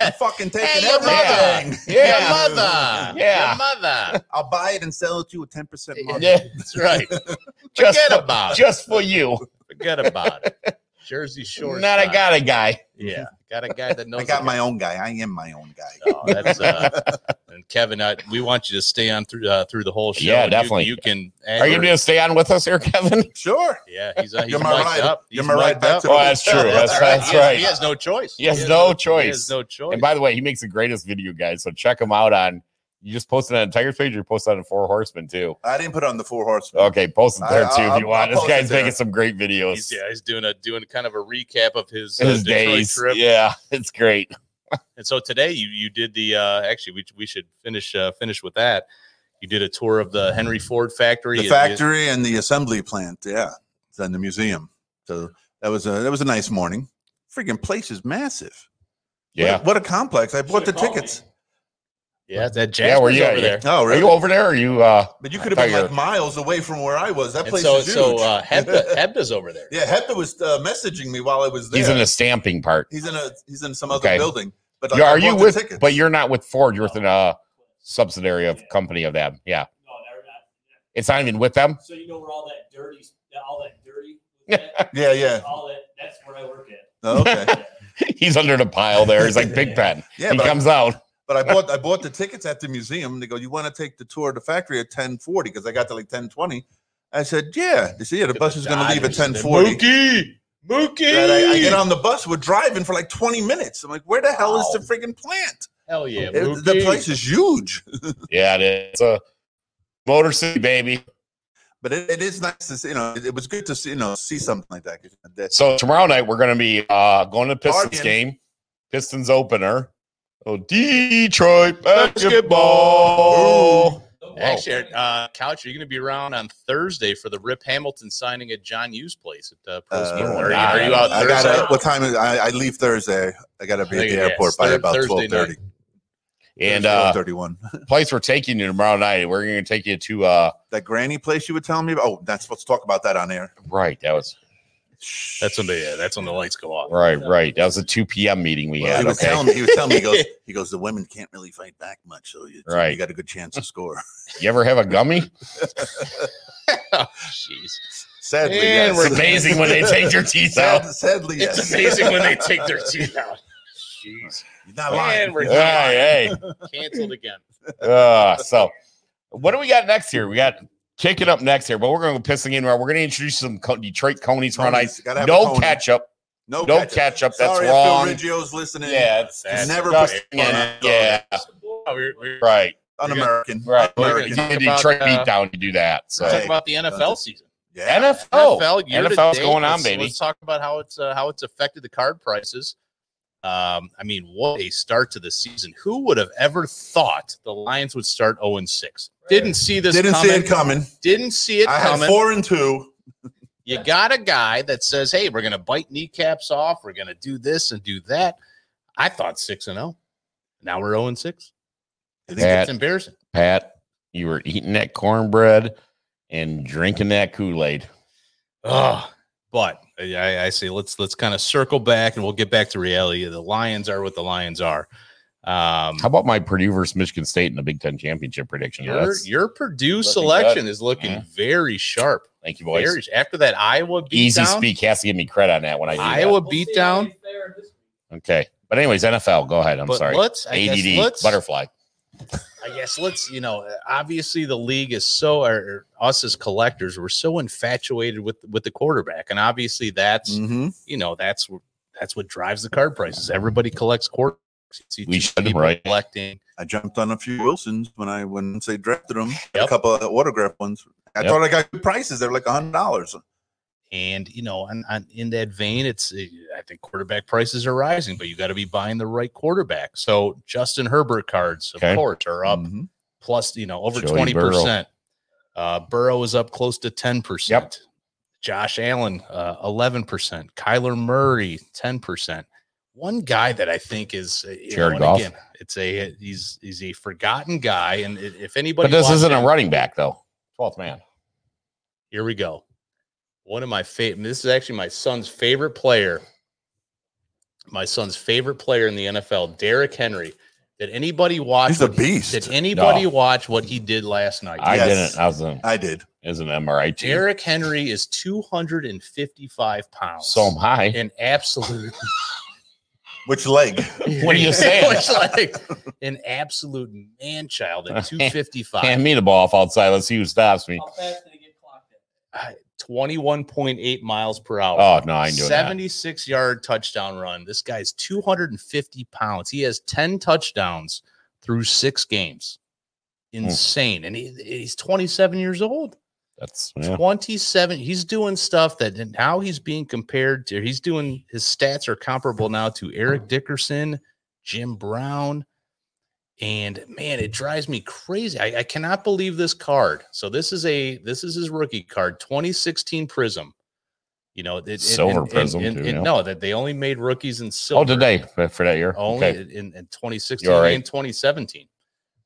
Speaker 4: I'm fucking taking
Speaker 3: Hey, your
Speaker 4: everything.
Speaker 2: mother. Yeah.
Speaker 3: Your mother.
Speaker 2: Yeah.
Speaker 3: Your mother.
Speaker 4: I'll buy it and sell it to you at ten percent margin.
Speaker 2: Yeah,
Speaker 3: That's right.
Speaker 2: just,
Speaker 3: Forget
Speaker 2: for,
Speaker 3: about it.
Speaker 2: just for you.
Speaker 3: Forget about it. Jersey Shore.
Speaker 2: Not a
Speaker 3: style.
Speaker 2: got a guy.
Speaker 3: Yeah, got a guy that knows.
Speaker 4: I got
Speaker 3: a
Speaker 4: my
Speaker 3: guy.
Speaker 4: own guy. I am my own guy.
Speaker 3: Oh, that's, uh, and Kevin, I, we want you to stay on through uh, through the whole show.
Speaker 2: Yeah,
Speaker 3: You-
Speaker 2: definitely.
Speaker 3: You, can.
Speaker 2: Are you going to stay on with us here, Kevin?
Speaker 4: Sure.
Speaker 3: Yeah, he's, uh, he's
Speaker 4: You're my
Speaker 3: mic'd
Speaker 4: ride-
Speaker 3: up.
Speaker 4: you're
Speaker 3: He's
Speaker 4: my ride
Speaker 3: mic'd
Speaker 4: back
Speaker 3: up.
Speaker 4: to the
Speaker 2: Oh, that's true. That's, that's
Speaker 3: He has-
Speaker 2: right.
Speaker 3: He has no choice.
Speaker 2: He has no choice.
Speaker 3: He has no choice.
Speaker 2: And by the way, he makes the greatest video guys. So check him out on. You just posted on Tiger's page. You posted on Four Horsemen too.
Speaker 4: I didn't put it on the four horsemen.
Speaker 2: Okay, post it there
Speaker 4: I-
Speaker 2: too
Speaker 4: I'll-
Speaker 2: if you want.
Speaker 4: I'll
Speaker 2: This
Speaker 4: post it
Speaker 2: guy's
Speaker 4: there.
Speaker 2: making some great videos.
Speaker 3: He's, yeah, he's doing a doing kind of a recap of his, uh,
Speaker 2: His
Speaker 3: Detroit
Speaker 2: days,
Speaker 3: trip.
Speaker 2: yeah, it's great.
Speaker 3: And so today you you did the uh, actually we, we should finish uh, finish with that. You did a tour of the Henry Ford factory.
Speaker 4: The
Speaker 3: and
Speaker 4: factory and the assembly plant. Yeah, it's in the museum. So that was a that was a nice morning. Freaking place is massive. What a-
Speaker 2: Yeah,
Speaker 4: What, a complex! I bought the tickets.
Speaker 3: You, yeah, that Jasper's
Speaker 2: Yeah, where you at?
Speaker 3: over there.
Speaker 4: Oh,
Speaker 2: are
Speaker 4: really?
Speaker 2: you over there? Are you? uh
Speaker 4: but you
Speaker 2: I
Speaker 4: could have
Speaker 2: thought
Speaker 4: been
Speaker 2: you were-
Speaker 4: like miles away from where I was. That
Speaker 3: And
Speaker 4: place
Speaker 3: so
Speaker 4: is huge.
Speaker 3: so uh, Hebda, Hebda's over there.
Speaker 4: yeah, Hector was uh, messaging me while I was there.
Speaker 2: He's in the stamping part.
Speaker 4: he's in a he's in some
Speaker 2: Okay.
Speaker 4: other building. But
Speaker 2: Yeah,
Speaker 4: I
Speaker 2: are you
Speaker 4: bought the
Speaker 2: with?
Speaker 4: tickets.
Speaker 2: But you're not with Ford. You're with a uh, subsidiary of company of them. Yeah,
Speaker 5: No, they're not.
Speaker 2: it's not even with them.
Speaker 5: So you know where all that dirty, all that dirty, was at?
Speaker 4: yeah yeah
Speaker 5: all that. That's where I work at.
Speaker 4: Oh, okay
Speaker 2: He's under the pile there. He's like Big Pen.
Speaker 4: yeah.
Speaker 2: he
Speaker 4: but I-
Speaker 2: comes out.
Speaker 4: But I bought I bought the tickets at the museum. They go, you want to take the tour of the factory at ten forty because I got to like ten twenty. I said, yeah. They said, yeah, the bus is going to leave at
Speaker 3: Dodgers and
Speaker 4: ten
Speaker 3: the
Speaker 4: forty.
Speaker 3: Mookie,
Speaker 4: That I, I
Speaker 3: Mookie.
Speaker 4: get on the bus. We're driving for like twenty minutes. I'm like, where the hell is the friggin' plant?
Speaker 3: Hell yeah,
Speaker 4: It- the
Speaker 3: Mookie.
Speaker 4: place is huge.
Speaker 2: Yeah, it is. It's a Motor City baby.
Speaker 4: But it, it is nice to see. You know, it, it was good to see. You know, see something like that. 'Cause that-
Speaker 2: So tomorrow night we're going to be uh, going to the Pistons
Speaker 4: Partying.
Speaker 2: game, Pistons opener. Oh, Detroit
Speaker 3: Oh,
Speaker 2: basketball.
Speaker 3: Actually, uh, Couch, are you going to be around on Thursday for the Rip Hamilton signing at John Hughes' place at uh, Pro
Speaker 4: Uh,
Speaker 3: Sports? Are,
Speaker 2: nah,
Speaker 3: you- are you out
Speaker 4: I
Speaker 3: Thursday?
Speaker 4: gotta. What time is? I, I leave Thursday. I gotta be
Speaker 3: I
Speaker 4: at
Speaker 3: think
Speaker 4: the
Speaker 3: it is.
Speaker 4: airport by
Speaker 3: Thur-
Speaker 4: about
Speaker 3: Thursday
Speaker 4: twelve
Speaker 3: night.
Speaker 4: thirty.
Speaker 2: and uh,
Speaker 4: thirty-one.
Speaker 2: place we're taking you tomorrow night. We're going to take you to uh,
Speaker 4: That granny place you were telling me about. Oh, not supposed to talk about that on air.
Speaker 2: right. That was
Speaker 3: That's when the yeah, that's when the lights go off.
Speaker 2: right, right. That was a two p.m. meeting we
Speaker 4: Well,
Speaker 2: had.
Speaker 4: he was
Speaker 2: Okay,
Speaker 4: telling me. He was telling me. He goes. He goes. The women can't really fight back much, so you,
Speaker 2: Right.
Speaker 4: you got a good chance to score.
Speaker 2: you ever have a gummy?
Speaker 3: Jeez.
Speaker 4: Sadly,
Speaker 3: Man,
Speaker 4: yes.
Speaker 2: It's amazing when they take your teeth
Speaker 4: Sad,
Speaker 2: out.
Speaker 4: sadly, yes.
Speaker 3: It's amazing when they take their teeth out. Jeez.
Speaker 4: You're not
Speaker 3: Man,
Speaker 4: lying.
Speaker 3: we're
Speaker 2: Hey,
Speaker 3: canceled again.
Speaker 2: hey. Uh, so, what do we got next here? We got kicking up next here, but we're going to go pissing in. We're going to introduce some Co- Detroit Conies tomorrow night.
Speaker 4: Tony's gotta have a
Speaker 2: No
Speaker 4: Tony.
Speaker 2: ketchup.
Speaker 4: No,
Speaker 2: No
Speaker 4: catch.
Speaker 2: ketchup. That's
Speaker 4: Oh, Sorry,
Speaker 2: wrong.
Speaker 4: if Phil Riggio's listening.
Speaker 2: Yeah, it's
Speaker 3: That's
Speaker 4: never
Speaker 3: right.
Speaker 2: disgusting.
Speaker 4: put-
Speaker 2: Yeah, yeah,
Speaker 3: Oh, we- we-
Speaker 2: right,
Speaker 4: Un-American.
Speaker 2: right.
Speaker 3: We're
Speaker 2: You're
Speaker 3: gonna
Speaker 2: in
Speaker 4: Un-American.
Speaker 3: talk
Speaker 2: Detroit
Speaker 3: about, uh,
Speaker 2: beatdown, you do that. So
Speaker 3: Let's talk
Speaker 4: Hey.
Speaker 3: about the NFL season.
Speaker 4: Yeah.
Speaker 2: NFL,
Speaker 3: NFL, year to
Speaker 2: NFL's
Speaker 3: date.
Speaker 2: going on,
Speaker 3: Let's-
Speaker 2: baby.
Speaker 3: Let's talk about how it's uh, how it's affected the card prices. Um, I mean, what a start to the season. Who would have ever thought the Lions would start 0 6? Didn't see this
Speaker 4: Didn't
Speaker 3: coming.
Speaker 4: see it coming.
Speaker 3: Didn't see it
Speaker 4: I had
Speaker 3: coming.
Speaker 4: four and two.
Speaker 3: You got a guy that says, "Hey, we're going to bite kneecaps off. We're going to do this and do that." I thought six and zero. Now we're zero and six. I think
Speaker 2: That-
Speaker 3: it's embarrassing.
Speaker 2: Pat, you were eating that cornbread and drinking that Kool Aid.
Speaker 3: Oh, but I, I say let's let's kind of circle back and we'll get back to reality. The Lions are what the Lions are. Um,
Speaker 2: How about my Purdue versus Michigan State in the Big Ten championship prediction?
Speaker 3: your
Speaker 2: That's-
Speaker 3: your Purdue
Speaker 2: looking
Speaker 3: selection is looking
Speaker 2: Yeah.
Speaker 3: very sharp.
Speaker 2: thank you, Mm-hmm. boys.
Speaker 3: Very after that Iowa beatdown.
Speaker 2: Easy speak has to give me credit on that when I do that.
Speaker 3: Iowa beatdown.
Speaker 2: Okay, but anyways, NFL. Go ahead. I'm
Speaker 3: but
Speaker 2: sorry.
Speaker 3: let's I guess
Speaker 2: ADD
Speaker 3: let's
Speaker 2: butterfly.
Speaker 3: I guess let's, you know, obviously the league is so, or or us as collectors, we're so infatuated with with the quarterback, and obviously that's,
Speaker 2: Mm.
Speaker 4: Mm-hmm.
Speaker 3: you know, that's that's what drives the card prices. Everybody collects quarterbacks. You see
Speaker 2: We
Speaker 3: two
Speaker 2: should,
Speaker 3: people
Speaker 2: right?
Speaker 3: collecting.
Speaker 4: I jumped on a few Wilsons when I when once they drafted them. A
Speaker 3: Yep.
Speaker 4: couple of autograph ones. I
Speaker 2: Yep.
Speaker 4: thought I got good prices. They're like a hundred dollars.
Speaker 3: And you know, on, on, in that vein, it's uh, I think quarterback prices are rising, but you got to be buying the right quarterback. So Justin Herbert cards, of
Speaker 2: Okay. Mm.
Speaker 3: course, are up
Speaker 4: Mm-hmm.
Speaker 3: plus, you know, over
Speaker 2: Joey
Speaker 3: twenty percent. Uh, Burrow is up close to ten percent.
Speaker 2: Yep.
Speaker 3: Josh Allen, uh, eleven percent. Kyler Murray, ten percent. One guy that I think is uh, you
Speaker 2: Jared
Speaker 3: and
Speaker 2: Goff.
Speaker 3: it's a he's he's a forgotten guy, and i- if anybody,
Speaker 2: But this
Speaker 3: walked
Speaker 2: isn't a
Speaker 3: in-
Speaker 2: running back though. Twelfth man.
Speaker 3: here we go. One of my favorite. This is actually my son's favorite player. My son's favorite player in the NFL, Derrick Henry. Did anybody watch?
Speaker 4: He's a
Speaker 3: what he-
Speaker 4: beast.
Speaker 3: Did anybody watch what he did last night?
Speaker 2: I
Speaker 4: Yes.
Speaker 2: didn't. I was an,
Speaker 4: I did.
Speaker 2: as an MRI team.
Speaker 3: Derrick Henry is 255 pounds.
Speaker 2: So am I.
Speaker 3: an absolute
Speaker 4: Which leg?
Speaker 2: What are you saying?
Speaker 3: It's like an absolute man child at 255.
Speaker 2: Hand me the ball off outside. Let's see who stops me.
Speaker 3: Oh,
Speaker 6: How fast did it get clocked at?
Speaker 3: 21.8 miles per hour.
Speaker 2: Oh no, I knew that.
Speaker 3: 76 yard touchdown run. This guy's 250 pounds. He has 10 touchdowns through six games. Insane. And he, he's 27 years old.
Speaker 2: That's yeah.
Speaker 3: 27. He's doing stuff that and now he's being compared to. He's doing his stats are comparable now to Eric Dickerson, Jim Brown. And man, it drives me crazy. I, I cannot believe this card. So this is a this is his rookie card, 2016 Prism. You know, it, it-
Speaker 2: Silver
Speaker 3: and-
Speaker 2: Prism,
Speaker 3: and-
Speaker 2: too,
Speaker 3: and
Speaker 2: yeah.
Speaker 3: No, that they only made rookies in silver
Speaker 2: Oh, today for for that year.
Speaker 3: only
Speaker 2: Okay.
Speaker 3: in, in 2016
Speaker 2: You're right.
Speaker 3: and 2017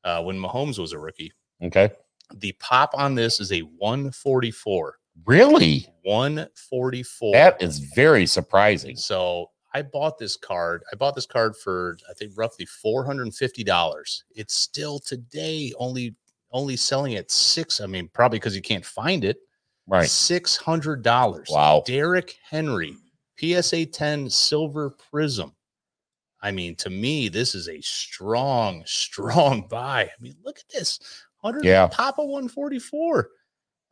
Speaker 3: uh, when Mahomes was a rookie.
Speaker 2: Okay.
Speaker 3: The pop on this is a 144.
Speaker 2: Really?
Speaker 3: 144.
Speaker 2: That is very surprising.
Speaker 3: so I bought this card. I bought this card for I think roughly $450. It's still today only only selling at six. I mean, probably because you can't find it.
Speaker 2: Right.
Speaker 3: Six hundred dollars.
Speaker 2: Wow.
Speaker 3: Derek Henry, PSA 10 Silver Prism. I mean, to me, this is a strong, strong buy. I mean, look at this. 100
Speaker 2: Yeah.
Speaker 3: Papa 144.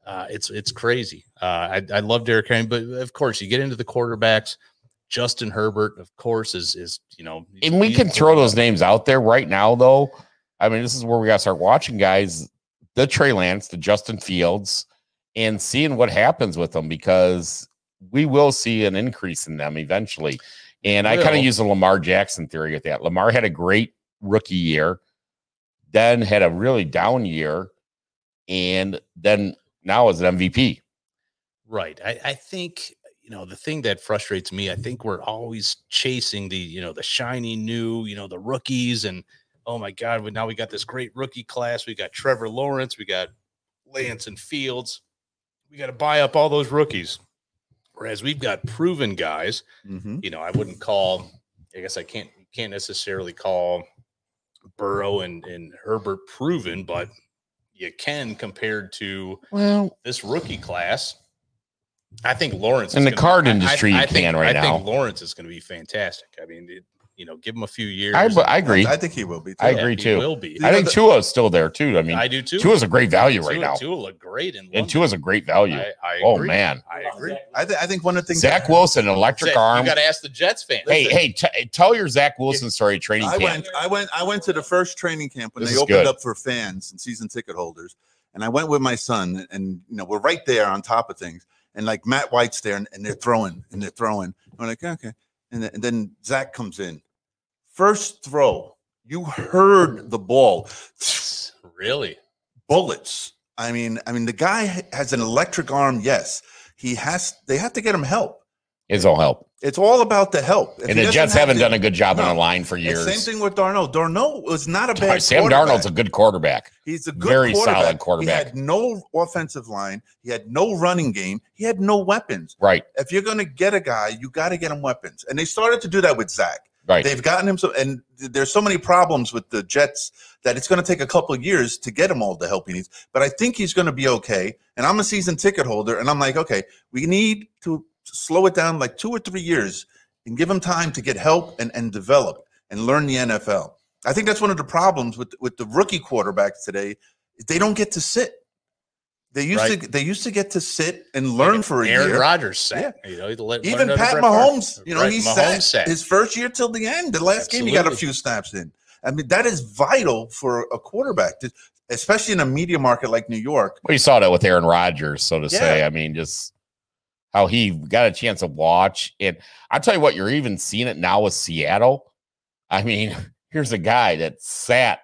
Speaker 3: Uh, it's it's crazy. Uh, I, I love Derek Henry, but of course, you get into the quarterbacks. Justin Herbert, of course, is is you know,
Speaker 2: And we
Speaker 3: he's
Speaker 2: can
Speaker 3: the
Speaker 2: throw
Speaker 3: quarterback.
Speaker 2: those names out there right now, though. I mean, this is where we got to start watching guys, the Trey Lance, the Justin Fields, and seeing what happens with them because we will see an increase in them eventually. And I kind
Speaker 3: Will.
Speaker 2: of use the Lamar Jackson theory with that. Lamar had a great rookie year, then had a really down year, and then now is an MVP.
Speaker 3: Right. I, I think, you know, the thing that frustrates me, I think we're always chasing the, you know, the shiny new, you know, the rookies and oh my God, we now we got this great rookie class. We got Trevor Lawrence, we got Lance and Fields. We got to buy up all those rookies. Whereas we've got proven guys,
Speaker 4: Mm-hmm.
Speaker 3: you know, I wouldn't call, I guess I can't can't necessarily call Burrow and, and Herbert proven, but you can compared to
Speaker 2: Well,
Speaker 3: this rookie class. I think Lawrence
Speaker 2: In the
Speaker 3: gonna-
Speaker 2: card
Speaker 3: I-
Speaker 2: industry, you
Speaker 3: think,
Speaker 2: can right
Speaker 3: I think
Speaker 2: now.
Speaker 3: Lawrence is going to be fantastic. I mean, it- you know, give him a few years.
Speaker 2: I,
Speaker 3: and
Speaker 2: I agree.
Speaker 4: I think he will be. Too.
Speaker 2: I agree,
Speaker 3: he
Speaker 2: too.
Speaker 3: Will be.
Speaker 2: I think Tua is still there too. I mean,
Speaker 3: I do too.
Speaker 2: Tua's a great value right
Speaker 3: Tua-
Speaker 2: now.
Speaker 3: Tua looked great in
Speaker 2: And
Speaker 3: London.
Speaker 2: two is a great value.
Speaker 3: I, I
Speaker 2: oh
Speaker 3: agree.
Speaker 2: man,
Speaker 3: I
Speaker 6: About
Speaker 3: agree.
Speaker 6: Zach
Speaker 4: I, th- I think one of the things
Speaker 2: Zach Wilson, electric
Speaker 3: Zach,
Speaker 2: arm.
Speaker 3: You got to ask the Jets fan.
Speaker 2: hey, hey, t- tell your Zach Wilson story at training
Speaker 4: I
Speaker 2: camp.
Speaker 4: went, I went, I went to the first training camp when
Speaker 2: This
Speaker 4: they
Speaker 2: is
Speaker 4: opened
Speaker 2: good.
Speaker 4: up for fans and season ticket holders, and I went with my son, and you know we're right there on top of things, and like Matt White's there, and, and they're throwing, and they're throwing. I'm like, okay, and, then- and then Zach comes in, first throw, you heard the ball,
Speaker 3: Really?
Speaker 4: bullets. I mean, I mean the guy has an electric arm. Yes, he has. They have to get him help.
Speaker 2: His will help.
Speaker 4: It's all about the help. If
Speaker 2: And
Speaker 4: he
Speaker 2: the
Speaker 4: doesn't
Speaker 2: Jets
Speaker 4: have
Speaker 2: haven't
Speaker 4: the-
Speaker 2: done a good job on
Speaker 4: No.
Speaker 2: the line for
Speaker 4: And
Speaker 2: years.
Speaker 4: Same thing with Darnold. Darnold was not a bad.
Speaker 2: Sam
Speaker 4: quarterback.
Speaker 2: Darnold's a good quarterback.
Speaker 4: He's a good
Speaker 2: Very solid
Speaker 4: quarterback.
Speaker 2: quarterback.
Speaker 4: He had no offensive line. He had no running game. He had no weapons.
Speaker 2: Right,
Speaker 4: If you're going to get a guy, you got to get him weapons. And they started to do that with Zach.
Speaker 2: right.
Speaker 4: They've gotten him some, and th- there's so many problems with the Jets that it's going to take a couple of years to get him all the help he needs. But I think he's going to be okay. And I'm a season ticket holder, and I'm like, okay, we need to slow it down like two or three years and give him time to get help and, and develop and learn the NFL. I think that's one of the problems with with the rookie quarterbacks today. is They don't get to sit. They used to they used to get to sit and learn for a
Speaker 3: Aaron
Speaker 4: year.
Speaker 3: Rodgers sat. You know, he le-
Speaker 4: Even
Speaker 3: learned under
Speaker 4: Pat
Speaker 3: Brett Favre.
Speaker 4: Mahomes, you know,
Speaker 3: Right,
Speaker 4: he
Speaker 3: Mahomes
Speaker 4: sat, his first year till the end. The last game, he got a
Speaker 3: Absolutely.
Speaker 4: few snaps in. I mean, that is vital for a quarterback, to- especially in a media market like New York.
Speaker 2: Well, you saw that with Aaron Rodgers, so to
Speaker 4: Yeah.
Speaker 2: say. I mean, just how he got a chance to watch. And I'll tell you what, you're even seeing it now with Seattle. I mean, here's a guy that sat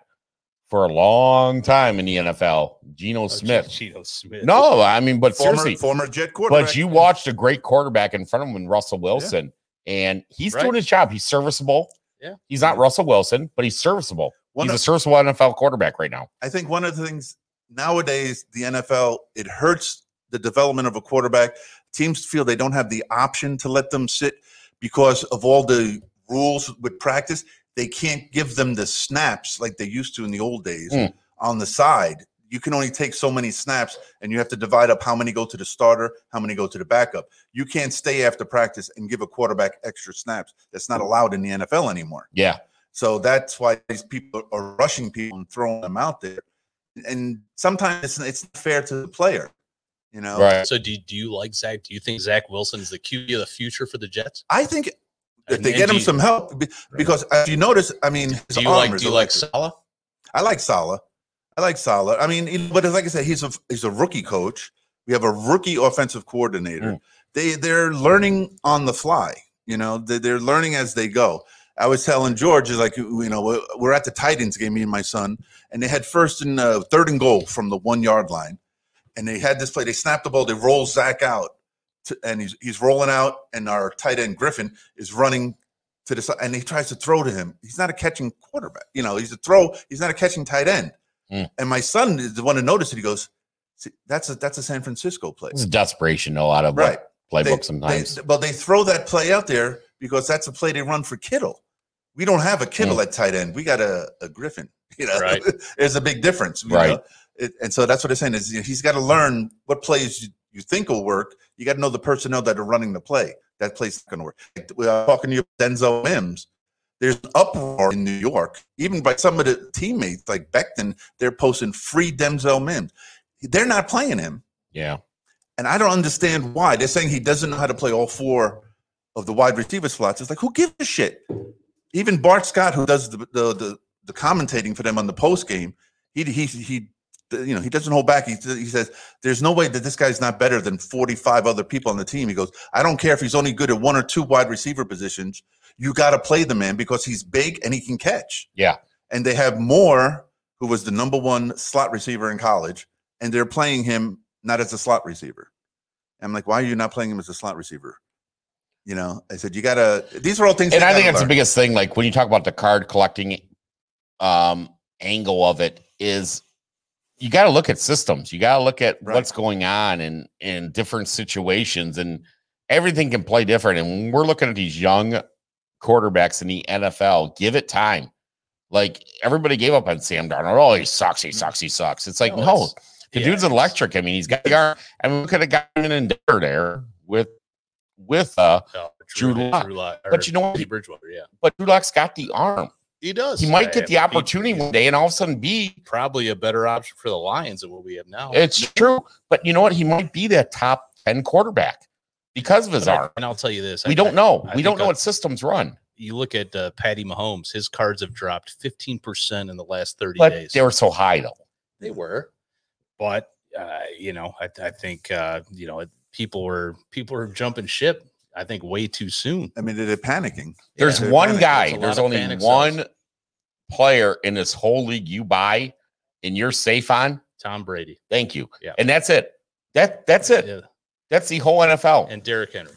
Speaker 2: for a long time in the NFL, Geno
Speaker 3: Oh, gee,
Speaker 2: Smith.
Speaker 3: Geno Smith.
Speaker 2: No, I mean, but
Speaker 4: former
Speaker 2: seriously,
Speaker 4: former Jet quarterback.
Speaker 2: but you watched a great quarterback in front of him in Russell Wilson, and he's
Speaker 3: Right.
Speaker 2: doing his job. He's serviceable.
Speaker 3: Yeah.
Speaker 2: He's not Russell Wilson, but he's serviceable.
Speaker 4: One
Speaker 2: he's
Speaker 4: of-
Speaker 2: a serviceable NFL quarterback right now.
Speaker 4: I think one of the things nowadays, the NFL, it hurts the development of a quarterback. Teams feel they don't have the option to let them sit because of all the rules with practice. They can't give them the snaps like they used to in the old days
Speaker 2: Mm.
Speaker 4: on the side. You can only take so many snaps, and you have to divide up how many go to the starter, how many go to the backup. You can't stay after practice and give a quarterback extra snaps. That's not allowed in the NFL anymore.
Speaker 2: Yeah.
Speaker 4: So that's why these people are rushing people and throwing them out there. And sometimes it's, it's not fair to the player, you know.
Speaker 2: Right.
Speaker 3: So do you, do you like Zach? Do you think Zach Wilson's the QB of the future for the Jets?
Speaker 4: I think if
Speaker 3: And-
Speaker 4: they
Speaker 3: and
Speaker 4: get
Speaker 3: do
Speaker 4: him
Speaker 3: you-
Speaker 4: some help, be- because as you notice, I mean, his
Speaker 3: Do you
Speaker 4: arm
Speaker 3: like
Speaker 4: is
Speaker 3: do you like
Speaker 4: electric.
Speaker 3: Salah?
Speaker 4: I like Salah. I like Salah. I mean, you know, but it's like I said, he's a he's a rookie coach. We have a rookie offensive coordinator. They they're learning on the fly. You know, they, they're learning as they go. I was telling George is like you know we're- we're at the Titans game, me and my son, and they had first and uh, third and goal from the one yard line, and they had this play. They snapped the ball. They roll Zach out, to, and he's he's rolling out, and our tight end Griffin is running to the side, and he tries to throw to him. He's not a catching quarterback. You know, he's a throw. He's not a catching tight end.
Speaker 2: Mm.
Speaker 4: And my son is the one who noticed it. He goes, See, "That's a that's a San Francisco play,
Speaker 2: It's desperation, though, out of
Speaker 4: right?"
Speaker 2: what playbook
Speaker 4: They-
Speaker 2: sometimes.
Speaker 4: They, well, they throw that play out there because that's a play they run for Kittle. We don't have a
Speaker 2: Hmm.
Speaker 4: Kittle at tight end. We got a, a Griffin. You know,
Speaker 3: Right.
Speaker 4: there's a big difference. you
Speaker 2: Right.
Speaker 4: know? It- and so that's what I'm saying is you know, he's got to learn what plays you, you think will work. You got to know the personnel that are running the play. That play's not going to work. Like, we are talking to you, about Denzel Mims. There's an uproar in New York, even by some of the teammates like Beckton. They're posting free Denzel Mims. They're not playing him.
Speaker 2: yeah.
Speaker 4: And I don't understand why. They're saying he doesn't know how to play all four of the wide receiver slots. It's like, who gives a shit? Even Bart Scott, who does the the the, the commentating for them on the post game, he he he you know he doesn't hold back. He he says, "There's no way that this guy's not better than 45 other people on the team." He goes, "I don't care if he's only good at one or two wide receiver positions. You got to play the man because he's big and he can catch."
Speaker 2: Yeah.
Speaker 4: And they have Moore, who was the number one slot receiver in college, and they're playing him not as a slot receiver. I'm like, why are you not playing him as a slot receiver? You know, I said you gotta. These are all things.
Speaker 2: and
Speaker 4: they
Speaker 2: I think
Speaker 4: gotta
Speaker 2: that's the
Speaker 4: learn.
Speaker 2: biggest thing. Like when you talk about the card collecting um, angle of it, is you got to look at systems. You got to look at
Speaker 4: Right.
Speaker 2: what's going on in in different situations, and everything can play different. And when we're looking at these young quarterbacks in the NFL, give it time. Like everybody gave up on Sam Darnold. Oh, he sucks. He sucks. He sucks. It's like no,
Speaker 3: Mm. Oh, it's-
Speaker 2: the
Speaker 3: yeah,
Speaker 2: dude's
Speaker 3: it's-
Speaker 2: electric. I mean, he's got the arm. I mean, we could have gotten an endeavor there with with uh
Speaker 3: no,
Speaker 2: Drew Lock.
Speaker 3: Lock,
Speaker 2: But
Speaker 3: or
Speaker 2: you know what?
Speaker 3: Teddy Bridgewater, yeah,
Speaker 2: but Drew Lock's got the arm.
Speaker 3: he does.
Speaker 2: He might
Speaker 3: I
Speaker 2: get
Speaker 3: am-
Speaker 2: the opportunity
Speaker 3: he's
Speaker 2: one day and all of a sudden be
Speaker 3: Probably a better option for the Lions than what we have now.
Speaker 2: it's true. But you know what? He might be that top 10 quarterback because of his
Speaker 3: But I-
Speaker 2: arm.
Speaker 3: And I'll tell you this:
Speaker 2: We
Speaker 3: I-
Speaker 2: don't know.
Speaker 3: I
Speaker 2: We
Speaker 3: think
Speaker 2: don't know
Speaker 3: I-
Speaker 2: what systems run.
Speaker 3: You look at uh, Patty Mahomes; his cards have dropped fifteen percent in the last thirty
Speaker 2: But
Speaker 3: days.
Speaker 2: they were so high though.
Speaker 3: They were, but uh, you know, I, I think uh, you know people were people were jumping ship. I think way too soon.
Speaker 4: I mean, they're panicking.
Speaker 2: There's
Speaker 4: they're
Speaker 2: one
Speaker 4: panicked.
Speaker 2: guy,
Speaker 3: There's a
Speaker 2: there's
Speaker 3: lot of
Speaker 2: only
Speaker 3: panic
Speaker 2: one
Speaker 3: cells.
Speaker 2: player in this whole league you buy and you're safe on.
Speaker 3: Tom Brady.
Speaker 2: Thank you.
Speaker 3: Yeah.
Speaker 2: And that's it. That that's it.
Speaker 3: Yeah.
Speaker 2: That's the whole NFL.
Speaker 3: And Derrick Henry.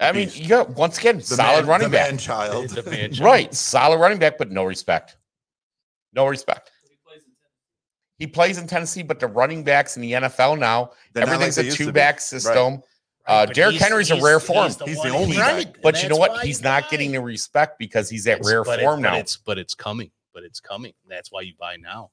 Speaker 2: I mean, you got once again solid
Speaker 4: man-
Speaker 2: running
Speaker 4: the
Speaker 2: back.
Speaker 4: man child.
Speaker 3: The man child.
Speaker 2: Right. Uh, Solid running back, but no respect. No respect.
Speaker 6: He plays in
Speaker 2: He plays in Tennessee, but the running backs in the NFL now
Speaker 4: They're not like
Speaker 2: Everything's
Speaker 4: they
Speaker 2: a
Speaker 4: used to be.
Speaker 2: two back system. Uh,
Speaker 3: but
Speaker 2: Derrick
Speaker 3: he's-
Speaker 2: Henry's a
Speaker 3: he's-
Speaker 2: rare form.
Speaker 4: He's the
Speaker 3: one
Speaker 4: only
Speaker 3: that's
Speaker 4: guy.
Speaker 3: running,
Speaker 2: But
Speaker 3: and
Speaker 2: you know
Speaker 3: that's
Speaker 2: what?
Speaker 3: why
Speaker 2: He's
Speaker 3: you
Speaker 2: not
Speaker 3: buy.
Speaker 2: getting the respect because he's at
Speaker 3: It's-
Speaker 2: rare
Speaker 3: but it-
Speaker 2: form
Speaker 3: but
Speaker 2: now.
Speaker 3: It's, but it's coming. But it's coming. That's why you buy now.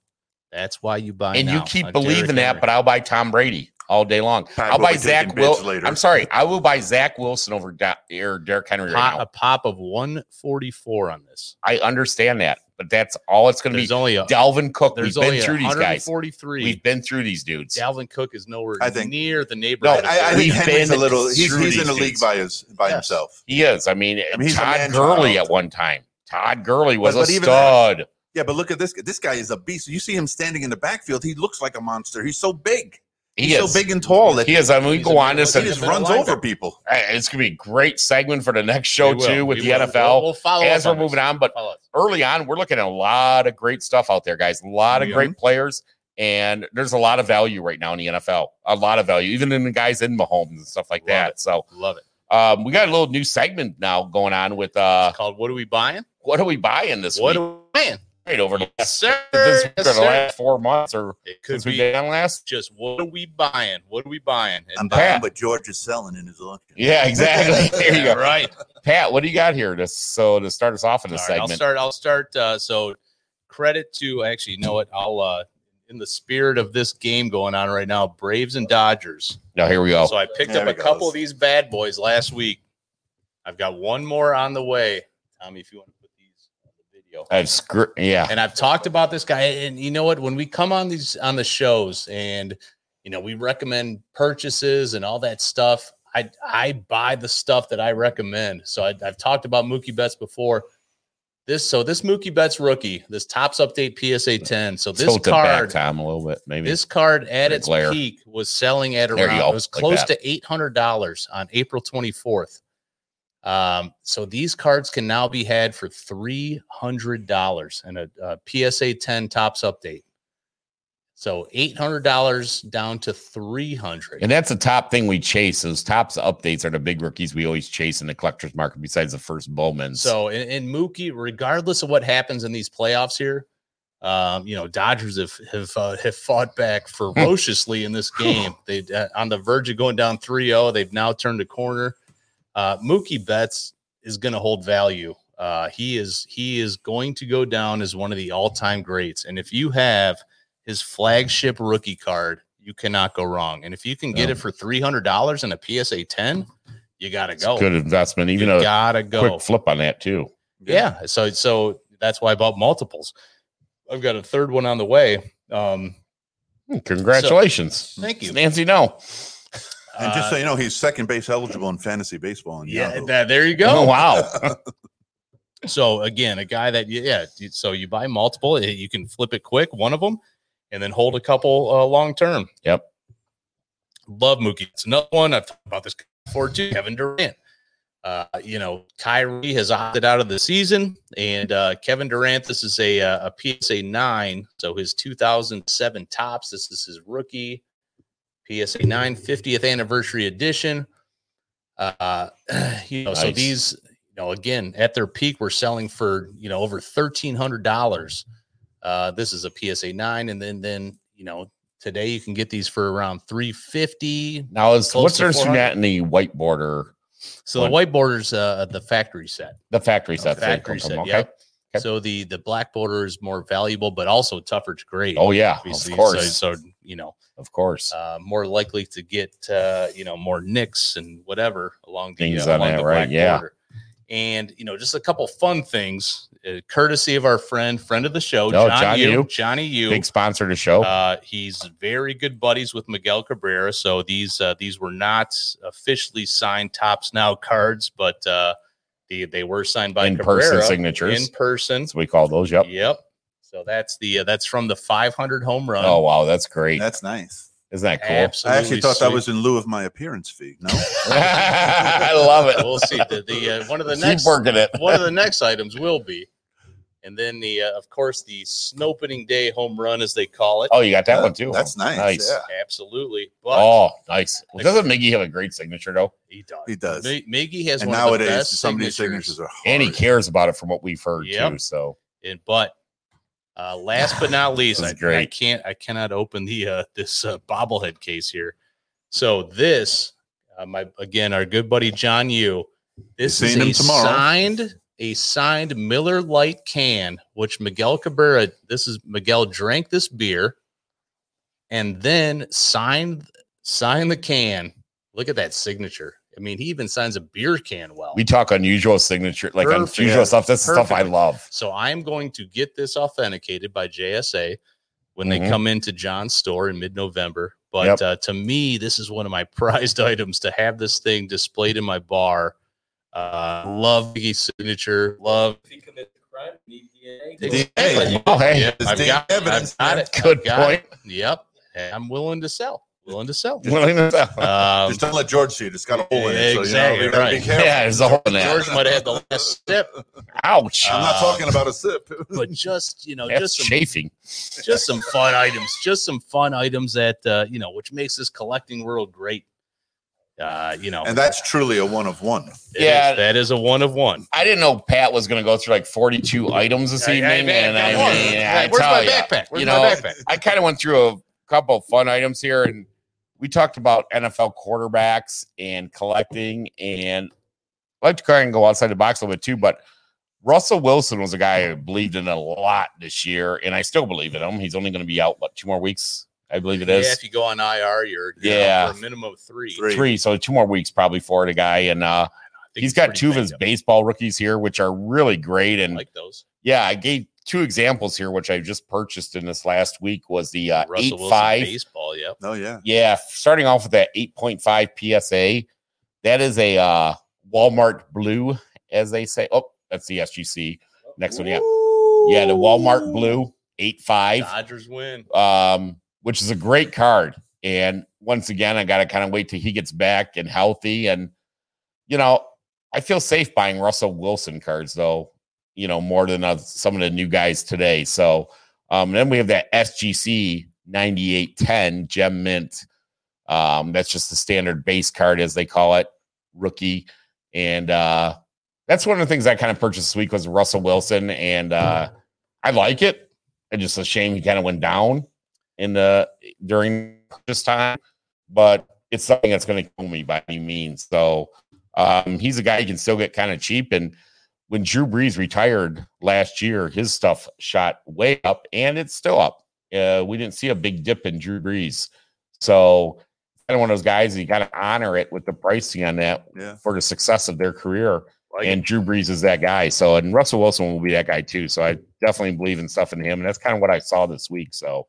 Speaker 3: That's why you buy.
Speaker 2: And you
Speaker 3: now
Speaker 2: keep
Speaker 3: on
Speaker 2: believing
Speaker 3: Derrick
Speaker 2: that,
Speaker 3: Henry.
Speaker 2: but I'll buy Tom Brady. all day long.
Speaker 4: Todd
Speaker 2: I'll
Speaker 4: will
Speaker 2: buy
Speaker 4: be
Speaker 2: Zach
Speaker 4: taking bids
Speaker 2: Wilson.
Speaker 4: later.
Speaker 2: I'm sorry, I will buy Zach Wilson over Da- or Derrick Henry right
Speaker 3: Pot,
Speaker 2: now.
Speaker 3: a pop of 144 on this.
Speaker 2: I understand that, but that's all it's going to be.
Speaker 3: There's only a,
Speaker 2: Dalvin Cook. We've
Speaker 3: there's
Speaker 2: been
Speaker 3: only
Speaker 2: through these guys.
Speaker 3: 143.
Speaker 2: We've been through these dudes.
Speaker 3: Dalvin Cook is nowhere
Speaker 4: I think-
Speaker 3: near the
Speaker 2: No,
Speaker 3: neighborhood. of
Speaker 4: I, I think
Speaker 2: We've
Speaker 4: Henry's a
Speaker 2: been
Speaker 4: little. He's,
Speaker 2: through
Speaker 4: he's in
Speaker 2: these
Speaker 4: a league
Speaker 2: dudes.
Speaker 4: by his by
Speaker 3: Yes.
Speaker 4: himself.
Speaker 2: He is. I mean,
Speaker 4: I mean, he's a
Speaker 2: Todd
Speaker 4: man
Speaker 2: Gurley
Speaker 4: child.
Speaker 2: at one time. Todd Gurley was
Speaker 4: But- but
Speaker 2: a
Speaker 4: even
Speaker 2: stud.
Speaker 4: Yeah, but look at this. guy. This guy is a beast. You see him standing in the backfield. He looks like a monster. He's so big.
Speaker 2: He
Speaker 4: He's
Speaker 2: is.
Speaker 4: so big and tall that
Speaker 2: He
Speaker 4: he,
Speaker 2: is. I mean, we
Speaker 3: He's
Speaker 2: go
Speaker 3: a-
Speaker 2: on this, and
Speaker 3: he's
Speaker 4: just
Speaker 3: a middle
Speaker 4: runs
Speaker 3: linebacker.
Speaker 4: over people.
Speaker 2: uh, it's going to be a great segment for the next
Speaker 3: We
Speaker 2: show
Speaker 3: will.
Speaker 2: too with
Speaker 3: We
Speaker 2: the
Speaker 3: will. We'll,
Speaker 2: NFL.
Speaker 3: we'll follow
Speaker 2: As
Speaker 3: up
Speaker 2: we're moving
Speaker 3: this.
Speaker 2: on, but
Speaker 3: Follow up.
Speaker 2: early on, we're looking at a lot of great stuff out there, guys. A lot of
Speaker 4: Yeah.
Speaker 2: great players, and there's a lot of value right now in the NFL. A lot of value, even in the guys in Mahomes and stuff like
Speaker 3: Love
Speaker 2: that. So
Speaker 3: love it.
Speaker 2: um, we got a little new segment now going on with uh,
Speaker 3: It's called "What Are We Buying?"
Speaker 2: what are we buying this
Speaker 3: What
Speaker 2: week?
Speaker 3: are we buying?
Speaker 2: Right over the
Speaker 3: Yes,
Speaker 2: last,
Speaker 3: sir.
Speaker 2: this-
Speaker 3: Yes,
Speaker 2: the
Speaker 3: sir.
Speaker 2: last four months or
Speaker 3: It could
Speaker 2: since we
Speaker 3: be
Speaker 2: did on last.
Speaker 3: just "What are we buying?" What are we buying? And
Speaker 4: I'm
Speaker 2: Pat.
Speaker 4: buying what George is selling in his auction.
Speaker 2: Yeah, exactly. There you
Speaker 3: Yeah,
Speaker 2: go,
Speaker 3: Right.
Speaker 2: Pat. What do you got here? To, so to start us off in this
Speaker 3: All right,
Speaker 2: segment,
Speaker 3: I'll start. I'll start. Uh, so credit to actually, you know what? I'll uh, in the spirit of this game going on right now, Braves and Dodgers.
Speaker 2: now here we go.
Speaker 3: So I picked
Speaker 4: There
Speaker 3: up a
Speaker 4: it goes.
Speaker 3: couple of these bad boys last week. I've got one more on the way, Tommy. If you want to put these on the video.
Speaker 2: I've scr- yeah.
Speaker 3: And I've talked about this guy, and you know what? When we come on these on the shows, and you know we recommend purchases and all that stuff. I I buy the stuff that I recommend. So I, I've talked about Mookie Betts before. This so this Mookie Betts rookie, this tops update PSA ten. So this
Speaker 2: Tilt it back,
Speaker 3: card,
Speaker 2: Tom, a little bit maybe.
Speaker 3: this card at
Speaker 2: Big
Speaker 3: its
Speaker 2: glare.
Speaker 3: peak was selling at
Speaker 2: There you
Speaker 3: around
Speaker 2: go,
Speaker 3: it was
Speaker 2: like
Speaker 3: close
Speaker 2: that.
Speaker 3: to eight hundred dollars on April twenty fourth. Um, so these cards can now be had for three hundred dollars and a, uh, a PSA ten tops update. So eight hundred dollars down to three hundred.
Speaker 2: and that's the top thing we chase. Those tops updates are the big rookies we always chase in the collectors market. Besides the first Bowman's,
Speaker 3: So and, and Mookie, regardless of what happens in these playoffs here, um, you know Dodgers have have uh, have fought back ferociously in this game. They uh, on the verge of going down 3-0. They've now turned a corner. Uh, Mookie Betts is going to hold value. Uh, he is he is going to go down as one of the all time greats. And if you have his flagship rookie card, you cannot go wrong. And if you can get
Speaker 2: No.
Speaker 3: it for three hundred dollars in a PSA ten, you got to
Speaker 2: It's
Speaker 3: go.
Speaker 2: good investment.
Speaker 3: You
Speaker 2: Even a
Speaker 3: gotta go.
Speaker 2: quick flip on that too.
Speaker 3: Yeah. So so that's why I bought multiples. I've got a third one on the way. Um,
Speaker 2: Hmm, Congratulations,
Speaker 3: thank you.
Speaker 2: Nancy. No,
Speaker 4: And just
Speaker 3: Uh,
Speaker 4: so you know, he's second base eligible in fantasy baseball. In
Speaker 3: yeah,
Speaker 4: Yahoo.
Speaker 3: that, there you
Speaker 2: oh,
Speaker 3: go.
Speaker 2: wow,
Speaker 3: So again, a guy that yeah. So you buy multiple, eh, you can flip it quick, one of them, and then hold a couple uh, long term.
Speaker 2: Yep.
Speaker 3: Love Mookie. It's another one I've talked about this before too. Kevin Durant. Uh, you know, Kyrie has opted out of the season, and uh, Kevin Durant. This is a uh, a PSA nine, so his 2007 tops. This is his rookie PSA 9 50th anniversary edition. Uh, you know, so
Speaker 2: Nice.
Speaker 3: these, you know, again at their peak, were selling for you know over thirteen hundred dollars. Uh, this is a PSA 9, and then then you know today you can get these for around 350
Speaker 2: now is
Speaker 3: Close
Speaker 2: what's
Speaker 3: to
Speaker 2: there's from
Speaker 3: 400.
Speaker 2: that in the white border,
Speaker 3: So the
Speaker 2: One.
Speaker 3: white border's uh, the factory set.
Speaker 2: the factory
Speaker 3: The
Speaker 2: set. thing.
Speaker 3: factory set.
Speaker 2: Okay.
Speaker 3: Yep.
Speaker 2: Okay.
Speaker 3: So the the black border is more valuable, but also tougher to grade.
Speaker 2: Oh yeah,
Speaker 3: obviously.
Speaker 2: of course,
Speaker 3: So, so you know,
Speaker 2: of course.
Speaker 3: uh, more likely to get uh, you know more nicks and whatever along the
Speaker 2: Things
Speaker 3: uh,
Speaker 2: on
Speaker 3: along
Speaker 2: that,
Speaker 3: the
Speaker 2: right,
Speaker 3: black
Speaker 2: yeah.
Speaker 3: border. And you know, just a couple fun things, uh, courtesy of our friend, friend of the show,
Speaker 2: No,
Speaker 3: John,
Speaker 2: John
Speaker 3: U.
Speaker 2: U.
Speaker 3: Johnny U.
Speaker 2: Big sponsor to show.
Speaker 3: Uh, he's very good buddies with Miguel Cabrera, so these uh, these were not officially signed tops now cards, but uh, the, they were signed by
Speaker 2: In-person
Speaker 3: Cabrera
Speaker 2: signatures.
Speaker 3: in person.
Speaker 2: That's what we call those. Yep.
Speaker 3: Yep. So that's the uh, that's from the 500 home run.
Speaker 2: Oh wow, that's great.
Speaker 4: that's nice.
Speaker 2: Isn't that cool?
Speaker 4: I
Speaker 3: Absolutely
Speaker 4: actually thought that
Speaker 3: sweet.
Speaker 4: was in lieu of my appearance fee. No,
Speaker 2: I love it.
Speaker 3: We'll see. The, the uh, one of the
Speaker 2: Keep
Speaker 3: next
Speaker 2: working it.
Speaker 3: one of the next items will be, and then the uh, of course the snowpinning day home run as they call it.
Speaker 2: Oh, you got that
Speaker 4: Yeah,
Speaker 2: one too.
Speaker 4: That's nice.
Speaker 2: Nice.
Speaker 4: Yeah,
Speaker 3: Absolutely. But
Speaker 2: Oh, nice. Well, doesn't Miggy have a great signature though?
Speaker 3: he does.
Speaker 4: he does.
Speaker 3: Mi- Miggy has
Speaker 4: and
Speaker 3: one of the
Speaker 4: nowadays,
Speaker 3: best
Speaker 4: some of these
Speaker 3: signatures.
Speaker 4: signatures are hard.
Speaker 2: And he cares about it from what we've heard
Speaker 3: Yep.
Speaker 2: too. So
Speaker 3: And but uh, last but not least,
Speaker 2: That's
Speaker 3: I, I
Speaker 2: great.
Speaker 3: can't I cannot open the uh, this uh, bobblehead case here. So this, uh, my again, our good buddy John Yu. This
Speaker 4: Seeing him
Speaker 3: is a
Speaker 4: tomorrow.
Speaker 3: signed a signed Miller Light can, which Miguel Cabrera. This is Miguel drank this beer, and then signed Sign the can. Look at that signature. I mean, he even signs a beer can well.
Speaker 2: We talk unusual signature, like
Speaker 3: Perfect.
Speaker 2: unusual stuff. That's the stuff I
Speaker 3: Perfect.
Speaker 2: love.
Speaker 3: So I'm going to get this authenticated by JSA when they
Speaker 2: Mhm.
Speaker 3: come into John's store in mid November. But
Speaker 2: Yep.
Speaker 3: uh, to me, this is one of my prized items to have this thing displayed in my bar. Uh, love Biggie's signature. Love.
Speaker 6: If he commits a crime, need DNA.
Speaker 4: DNA.
Speaker 2: Oh, hey,
Speaker 3: Yep,
Speaker 4: There's
Speaker 3: I've
Speaker 4: DNA
Speaker 3: got, I've
Speaker 4: evidence
Speaker 3: got
Speaker 4: there.
Speaker 3: it. I've
Speaker 2: good
Speaker 3: got it.
Speaker 2: point.
Speaker 3: Yep. And I'm willing to sell. Willing to sell.
Speaker 2: yeah,
Speaker 3: Um,
Speaker 4: Just don't let George see it. It's got a hole in it. So,
Speaker 3: Exactly
Speaker 4: you know, we gotta
Speaker 3: right.
Speaker 4: Be careful.
Speaker 2: there's a hole in that.
Speaker 3: George might have had the last sip,
Speaker 2: Ouch.
Speaker 4: I'm not
Speaker 3: Uh,
Speaker 4: talking about a sip.
Speaker 3: but just you know,
Speaker 2: That's
Speaker 3: just some
Speaker 2: chafing.
Speaker 3: just some fun items, just some fun items that uh, you know, which makes this collecting world great. Uh, you know,
Speaker 4: and that's truly a one of one.
Speaker 3: it is-
Speaker 2: yeah.
Speaker 3: that is a one of one.
Speaker 2: I didn't know Pat was going to go through like 42 items this evening. and I mean, I
Speaker 3: Where's
Speaker 2: tell
Speaker 3: my
Speaker 2: ya,
Speaker 3: backpack? Where's
Speaker 2: you
Speaker 3: my
Speaker 2: know,
Speaker 3: backpack?
Speaker 2: I kind of went through a couple of fun items here, and we talked about NFL quarterbacks and collecting, and I like to kind of go outside the box a little bit too. But Russell Wilson was a guy I believed in a lot this year, and I still believe in him. He's only going to be out what two more weeks, I believe it is
Speaker 3: Yeah, if you go on IR, you're, you're up
Speaker 2: Yeah.
Speaker 3: for a minimum of three.
Speaker 4: Three.
Speaker 2: three, so two more weeks probably for the guy, and uh,
Speaker 3: I think
Speaker 2: he's
Speaker 3: it's
Speaker 2: got
Speaker 3: pretty
Speaker 2: two of his
Speaker 3: banged up.
Speaker 2: baseball rookies here, which are really great, and
Speaker 3: like those.
Speaker 2: yeah, I gave two examples here, which I just purchased in this last week was the uh,
Speaker 3: Russell
Speaker 2: eight
Speaker 3: Wilson
Speaker 2: five.
Speaker 3: baseball. Yep.
Speaker 4: Oh yeah.
Speaker 2: Yeah, f- starting off with that eight point five PSA, that is a uh, Walmart blue, as they say. Oh, that's the SGC. Next one, yeah, yeah, the Walmart blue eight five
Speaker 3: Dodgers win.
Speaker 2: um, which is a great card. And once again, I got to kind of wait till he gets back and healthy. And, you know, I feel safe buying Russell Wilson cards, though, you know, more than uh, some of the new guys today. So um, then we have that SGC 9810 Gem Mint. Um, that's just the standard base card, as they call it, rookie. And uh, that's one of the things I kind of purchased this week was Russell Wilson. And uh, I like it it's just a shame he kind of went down in the during this time, but it's something that's going to kill me by any means. So um, he's a guy you can still get kind of cheap. And when Drew Brees retired last year, his stuff shot way up, and it's still up. Uh, we didn't see a big dip in Drew Brees, so kind of one of those guys you got to honor it with the pricing on that
Speaker 4: Yeah.
Speaker 2: for the success of their career
Speaker 3: Like
Speaker 2: and Drew Brees is that guy. So, and Russell Wilson will be that guy too. So, I definitely believe in stuff in him, and that's kind of what I saw this week. So,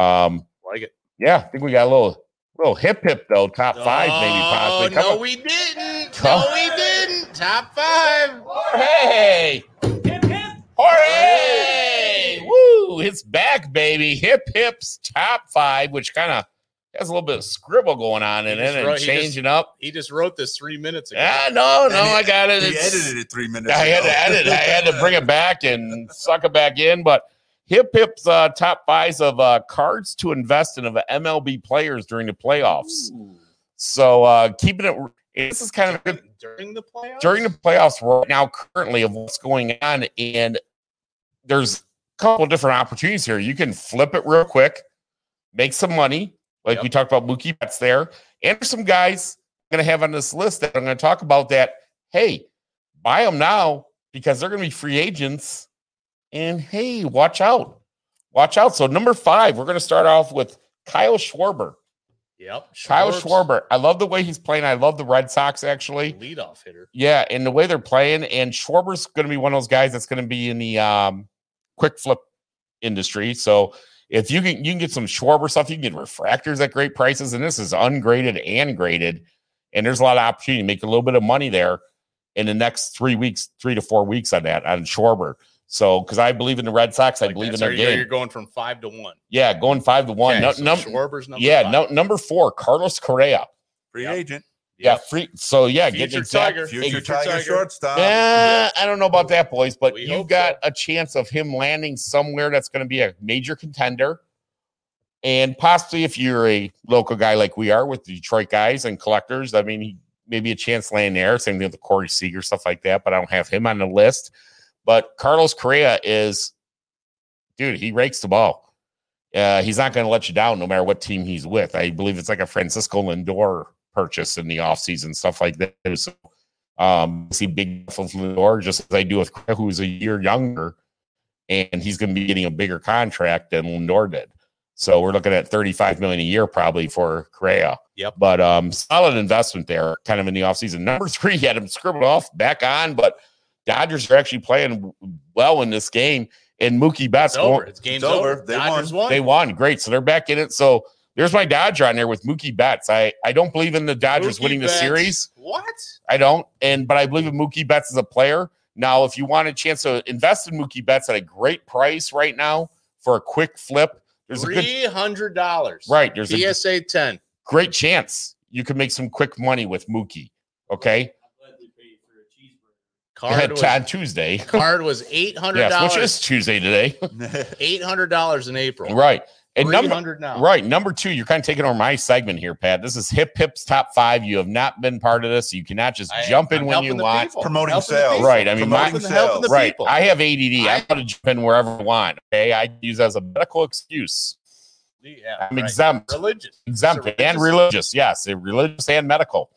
Speaker 2: um,
Speaker 3: like it.
Speaker 2: yeah, I think we got a little, little hip hip though, top five maybe
Speaker 3: Oh,
Speaker 2: possibly.
Speaker 3: no,
Speaker 2: on.
Speaker 3: we didn't.
Speaker 2: Come-
Speaker 3: No, we didn't. Top five.
Speaker 2: Jorge,
Speaker 6: Hip, hip.
Speaker 2: Jorge, woo, it's back, baby. Hip hips top five, which kind of has a little bit of scribble going on in
Speaker 3: He
Speaker 2: it
Speaker 3: just
Speaker 2: and
Speaker 3: wrote- he just-
Speaker 2: changing up.
Speaker 3: He just wrote this three minutes ago.
Speaker 2: Yeah, no, no,
Speaker 4: And he-
Speaker 2: I got it.
Speaker 4: He
Speaker 2: It's-
Speaker 4: edited it three minutes.
Speaker 2: I had
Speaker 4: ago.
Speaker 2: to edit. I had to bring it back and suck it back in. But Hip Hip's uh, top buys of uh, cards to invest in of MLB players during the playoffs. So uh, keeping it, this is kind of a good
Speaker 3: during the playoffs.
Speaker 2: during the playoffs right now, currently of what's going on, and there's a couple different opportunities here. You can flip it real quick, make some money, like
Speaker 3: Yep.
Speaker 2: we talked about Mookie Betts there, and there's some guys I'm going to have on this list that I'm going to talk about. That hey, buy them now because they're going to be free agents, and hey, watch out, watch out. So number five, we're going to start off with Kyle Schwarber.
Speaker 3: Yep.
Speaker 2: Kyle
Speaker 3: Schwarber's
Speaker 2: Schwarber, I love the way he's playing. I love the Red Sox actually.
Speaker 3: Leadoff hitter.
Speaker 2: Yeah, and the way they're playing, and Schwarber's going to be one of those guys that's going to be in the um, quick flip industry. So if you can, you can get some Schwarber stuff. You can get refractors at great prices, and this is ungraded and graded. And there's a lot of opportunity to make a little bit of money there in the next three weeks, three to four weeks on that on Schwarber. So because I believe in the Red Sox, I
Speaker 3: Like
Speaker 2: believe
Speaker 3: that.
Speaker 2: in
Speaker 3: So
Speaker 2: their
Speaker 3: you're,
Speaker 2: game.
Speaker 3: you're going from five to one.
Speaker 2: yeah, going five to one.
Speaker 3: Okay,
Speaker 2: no,
Speaker 3: so
Speaker 2: num-
Speaker 3: Schwarber's number.
Speaker 2: yeah,
Speaker 3: five.
Speaker 2: no, number four, Carlos Correa.
Speaker 4: Free
Speaker 3: Yep.
Speaker 4: agent,
Speaker 2: Yeah, free. So yeah, get
Speaker 3: Future
Speaker 2: exact-
Speaker 3: Tiger.
Speaker 4: future,
Speaker 2: Future
Speaker 4: Tiger,
Speaker 3: Tiger.
Speaker 4: shortstop.
Speaker 2: Eh, I don't know about that, boys, but
Speaker 3: We
Speaker 2: you
Speaker 3: hope
Speaker 2: got a chance of him landing somewhere that's going to be a major contender. And possibly if you're a local guy like we are with Detroit guys and collectors, I mean, he- maybe a chance landing there. Same thing with Corey Seager, stuff like that, but I don't have him on the list. But Carlos Correa is, dude, he rakes the ball. Uh, he's not going to let you down no matter what team he's with. I believe it's like a Francisco Lindor purchase in the offseason, stuff like that. So um, see big from Lindor, just as I do with Craig, who's a year younger, and he's going to be getting a bigger contract than Lindor did. So we're looking at 35 million a year probably for Correa.
Speaker 3: Yep.
Speaker 2: But um solid investment there kind of in the offseason. Number three, he had him scribbled off back on, but Dodgers are actually playing well in this game. And Mookie Betts
Speaker 3: It's over.
Speaker 2: won't-
Speaker 3: It's game's
Speaker 4: It's over.
Speaker 3: over.
Speaker 4: They
Speaker 3: Dodgers won.
Speaker 2: they won. Great. So they're back in it. So there's my Dodger on there with Mookie Betts. I, I don't believe in the Dodgers
Speaker 3: Mookie
Speaker 2: winning the
Speaker 3: Betts.
Speaker 2: series.
Speaker 3: What?
Speaker 2: I don't. And but I believe in Mookie Betts as a player. Now, if you want a chance to invest in Mookie Betts at a great price right now for a quick flip, there's a good
Speaker 3: Three hundred dollars.
Speaker 2: right. There's a
Speaker 3: PSA ten.
Speaker 2: great chance you can make some quick money with Mookie. Okay,
Speaker 5: I'm glad we paid for a cheeseburger.
Speaker 3: Card was,
Speaker 2: on Tuesday,
Speaker 3: card was eight hundred
Speaker 2: yes,
Speaker 3: dollars.
Speaker 2: which is Tuesday today,
Speaker 3: eight hundred dollars in April.
Speaker 2: right? And
Speaker 3: Three
Speaker 2: number
Speaker 3: hundred now.
Speaker 2: right number two, you're kind of taking over my segment here, Pat. This is Hip Hip's top five. You have not been part of this. You cannot just
Speaker 3: I-
Speaker 2: jump in
Speaker 3: I'm
Speaker 2: when
Speaker 3: helping
Speaker 2: you
Speaker 3: the
Speaker 2: want.
Speaker 3: people.
Speaker 4: Promoting
Speaker 3: Helping the
Speaker 4: sales.
Speaker 3: people.
Speaker 2: Right, I mean, my-
Speaker 3: Promoting the helping the
Speaker 2: right.
Speaker 3: people.
Speaker 2: I have ADD. I,
Speaker 3: I-
Speaker 2: want to jump in wherever I want. Okay, I use that as a medical excuse.
Speaker 3: yeah,
Speaker 2: I'm
Speaker 3: right.
Speaker 2: exempt,
Speaker 3: religious.
Speaker 2: exempt,
Speaker 3: It's a
Speaker 2: and religious.
Speaker 3: religious-
Speaker 2: Yes, a religious and medical.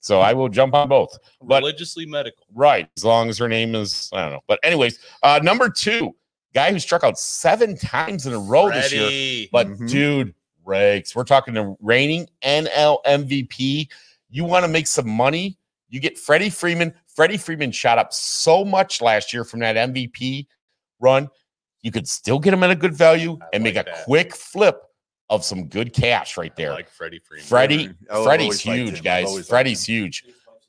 Speaker 2: So I will jump on both. but-
Speaker 3: religiously medical.
Speaker 2: Right, as long as her name is I don't know. But anyways, uh, number two, guy who struck out seven times in a row this year.
Speaker 3: Freddie.
Speaker 2: But
Speaker 4: Mhm.
Speaker 2: dude, rakes. We're talking to reigning NL MVP. You want to make some money? You get Freddie Freeman. Freddie Freeman shot up so much last year from that MVP run. You could still get him at a good value
Speaker 3: I
Speaker 2: and make a
Speaker 3: like that.
Speaker 2: quick flip of some good cash right there.
Speaker 3: I like Freddie Freeman.
Speaker 2: Freddie,
Speaker 4: Oh, I've
Speaker 2: Freddie's
Speaker 4: always liked him.
Speaker 2: huge,
Speaker 4: I've always
Speaker 2: guys.
Speaker 4: liked
Speaker 2: Freddie's
Speaker 4: him.
Speaker 2: huge.
Speaker 5: Six bucks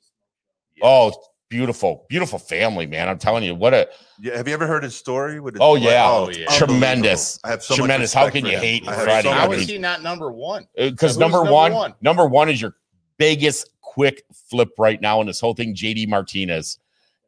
Speaker 5: is-
Speaker 2: Oh, beautiful, beautiful family, man. I'm telling you, what a
Speaker 4: Yeah, have you ever heard his story? With his
Speaker 2: Oh, yeah.
Speaker 3: Oh, yeah.
Speaker 4: unbelievable.
Speaker 2: Tremendous.
Speaker 4: I have so much
Speaker 2: Tremendous. How
Speaker 4: respect
Speaker 2: can
Speaker 4: for
Speaker 2: you
Speaker 4: him.
Speaker 2: hate
Speaker 4: I have
Speaker 2: Freddie?
Speaker 4: so
Speaker 2: How
Speaker 4: much
Speaker 2: is
Speaker 3: was
Speaker 2: he-
Speaker 3: he
Speaker 4: respect.
Speaker 3: not number one?
Speaker 2: because
Speaker 3: Who's
Speaker 2: number,
Speaker 3: number
Speaker 2: one,
Speaker 3: one?
Speaker 2: number one is your biggest quick flip right now in this whole thing. JD Martinez,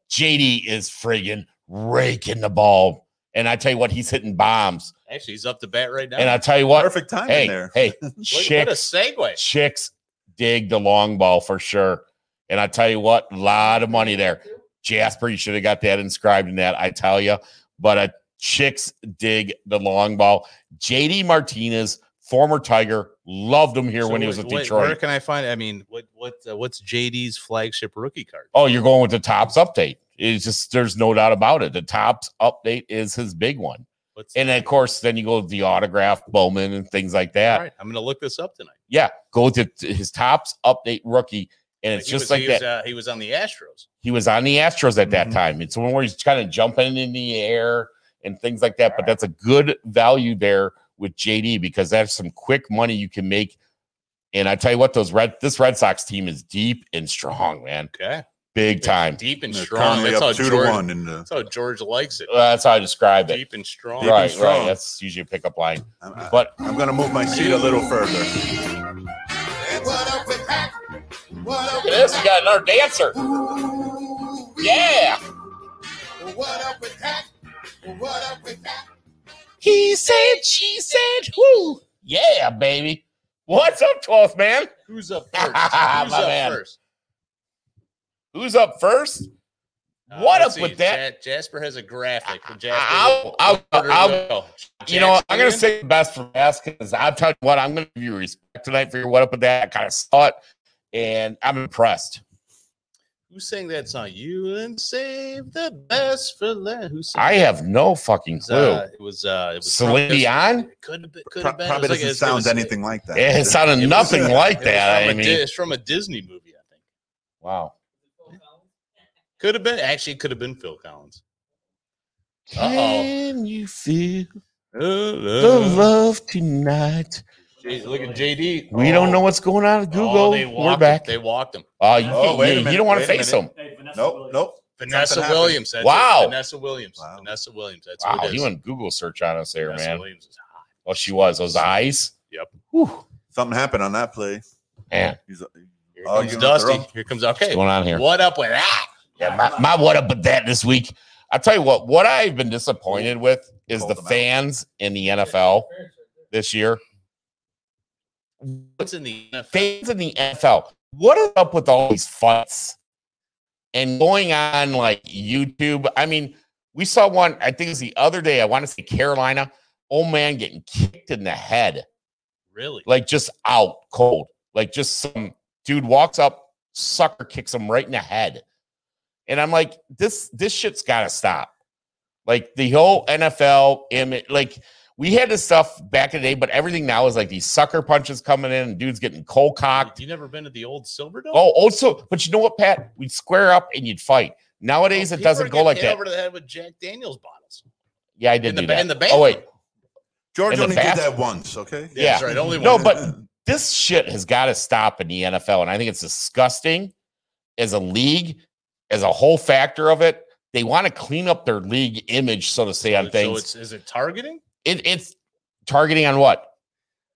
Speaker 2: JD is friggin' raking the ball, and I tell you what, he's hitting bombs.
Speaker 3: Actually, he's up to bat right now.
Speaker 2: And I tell you what,
Speaker 4: perfect timing
Speaker 2: hey,
Speaker 4: there.
Speaker 2: hey,
Speaker 3: Look,
Speaker 2: chick,
Speaker 3: what a segue.
Speaker 2: chicks dig the long ball for sure. And I tell you what, a lot of money there. Jasper, you should have got that inscribed in that, I tell you. But uh, chicks dig the long ball. JD Martinez, former Tiger, loved him here
Speaker 3: So
Speaker 2: when he was
Speaker 3: wait,
Speaker 2: with
Speaker 3: wait,
Speaker 2: Detroit.
Speaker 3: Where can I find? I mean, what what uh, what's JD's flagship rookie card?
Speaker 2: Oh, you're going with the tops update. It's just there's no doubt about it. The tops update is his big one.
Speaker 3: What's
Speaker 2: And then, of course, then you go with the autograph Bowman and things like that.
Speaker 3: All right, I'm gonna look this up tonight.
Speaker 2: Yeah, go to t- his tops update rookie. And it's
Speaker 3: He
Speaker 2: just
Speaker 3: was-
Speaker 2: like
Speaker 3: he
Speaker 2: that.
Speaker 3: Was, uh, he was on the Astros.
Speaker 2: he was on the Astros at that
Speaker 4: Mhm.
Speaker 2: time. It's one where he's kind of jumping in the air and things like that. but that's a good value there with JD because that's some quick money you can make. And I tell you what, those red this Red Sox team is deep and strong, man,
Speaker 3: Okay,
Speaker 2: big time.
Speaker 3: deep and
Speaker 4: They're
Speaker 3: strong.
Speaker 4: currently
Speaker 3: That's how
Speaker 4: up two
Speaker 3: George.
Speaker 4: to one in the.
Speaker 3: That's how George likes it.
Speaker 2: Uh, That's how I describe it.
Speaker 3: Deep and strong.
Speaker 4: Deep and
Speaker 2: Right, right.
Speaker 4: strong.
Speaker 2: That's usually a pickup line.
Speaker 4: I'm, I-
Speaker 2: But
Speaker 4: I'm gonna move my seat a little further.
Speaker 2: look at this, we got another dancer. Yeah. He said, she said, who? Yeah, baby. What's up, 12th man?
Speaker 3: Who's up first? Who's
Speaker 2: My
Speaker 3: up
Speaker 2: man.
Speaker 3: first?
Speaker 2: Who's up first?
Speaker 3: Uh,
Speaker 2: What
Speaker 3: let's
Speaker 2: up with that?
Speaker 3: Ja- Jasper has a graphic. for Jasper,
Speaker 2: I'll- I'll-
Speaker 3: Where do we
Speaker 2: I'll-
Speaker 3: go?
Speaker 2: you know, what? I'm going to
Speaker 3: Jackson?
Speaker 2: say the best for last because I'm telling you what, I'm going to give you respect tonight for your what up with that. I kind of saw it and I'm impressed.
Speaker 3: who sang that song? You and save the best for last. Who sang
Speaker 2: I have no fucking
Speaker 3: It was,
Speaker 2: clue.
Speaker 3: uh, it was, uh, it was
Speaker 2: Celine Dion?
Speaker 3: Could have been. Could
Speaker 4: Pro-
Speaker 3: have been.
Speaker 4: probably
Speaker 3: It was like-
Speaker 4: doesn't
Speaker 3: it was-
Speaker 4: sound
Speaker 3: it was-
Speaker 4: anything like that.
Speaker 2: it sounded
Speaker 3: it was- uh,
Speaker 2: nothing
Speaker 3: it
Speaker 2: like
Speaker 3: was
Speaker 2: that.
Speaker 3: from
Speaker 2: I
Speaker 3: a
Speaker 2: mean,
Speaker 3: Di- it's from a Disney movie, I think.
Speaker 2: wow.
Speaker 3: Could have been. Actually, it could have been Phil Collins. Uh-oh. Uh-huh.
Speaker 2: Can you feel the
Speaker 3: Jeez,
Speaker 2: love tonight?
Speaker 3: Uh, look at JD.
Speaker 2: We don't know what's going on at Google.
Speaker 3: Oh, they
Speaker 2: We're
Speaker 3: walked
Speaker 2: back.
Speaker 3: Him. They walked him.
Speaker 2: Oh, you,
Speaker 5: Oh,
Speaker 4: wait a
Speaker 2: you- you
Speaker 4: minute,
Speaker 2: don't want to
Speaker 4: wait a
Speaker 2: face
Speaker 4: minute.
Speaker 2: them.
Speaker 5: Hey, Vanessa
Speaker 4: Nope,
Speaker 5: Williams.
Speaker 4: nope.
Speaker 3: Vanessa
Speaker 4: happened.
Speaker 3: Williams. That's
Speaker 2: Wow.
Speaker 3: It. Vanessa Williams.
Speaker 4: Wow.
Speaker 3: Vanessa Williams. That's
Speaker 2: Wow,
Speaker 3: who it is.
Speaker 2: you went Google search on us there,
Speaker 3: Vanessa
Speaker 2: man.
Speaker 3: Williams is hot.
Speaker 2: Well, she was. Those eyes.
Speaker 3: Yep.
Speaker 2: Whew.
Speaker 4: Something happened on that play.
Speaker 2: Man,
Speaker 4: He's,
Speaker 3: Here
Speaker 4: Oh,
Speaker 3: comes
Speaker 4: you went
Speaker 3: Dusty.
Speaker 4: through.
Speaker 3: Here comes. Okay.
Speaker 2: what's going on here?
Speaker 3: What up with that?
Speaker 2: Yeah, my, my what up with that this week. I tell you what, what I've been disappointed with is
Speaker 4: Called
Speaker 2: the
Speaker 4: them out.
Speaker 2: fans in the NFL this year.
Speaker 3: What's in the NFL?
Speaker 2: Fans in the NFL. What is up with all these fights and going on like YouTube? I mean, we saw one, I think it was the other day. I want to say Carolina. Old man getting kicked in the head,
Speaker 3: Really?
Speaker 2: like just out cold. Like just some dude walks up, sucker kicks him right in the head. And I'm like, this this shit's gotta stop. Like the whole NFL image, like we had this stuff back in the day, but everything now is like these sucker punches coming in, and dudes getting cold cocked.
Speaker 3: You never been to the old Silver Dome?
Speaker 2: Oh, also, but you know what, Pat? We'd square up and you'd fight. Nowadays, it
Speaker 3: Oh, People are
Speaker 2: doesn't go
Speaker 3: getting
Speaker 2: like
Speaker 3: hit
Speaker 2: that.
Speaker 3: Over the head with Jack Daniels bottles.
Speaker 2: yeah, I did
Speaker 3: in
Speaker 2: do
Speaker 3: the ba-
Speaker 2: that.
Speaker 3: in the
Speaker 2: oh wait,
Speaker 4: George
Speaker 2: In the
Speaker 4: only
Speaker 2: bath-
Speaker 4: did that once, okay?
Speaker 2: Yeah.
Speaker 3: That's right. Only one.
Speaker 2: No, but- this shit has got to stop in the NFL, and I think it's disgusting as a league, as a whole factor of it. They want to clean up their league image, so to say, on
Speaker 3: So
Speaker 2: things.
Speaker 3: it's, is it targeting?
Speaker 2: it, it's targeting on what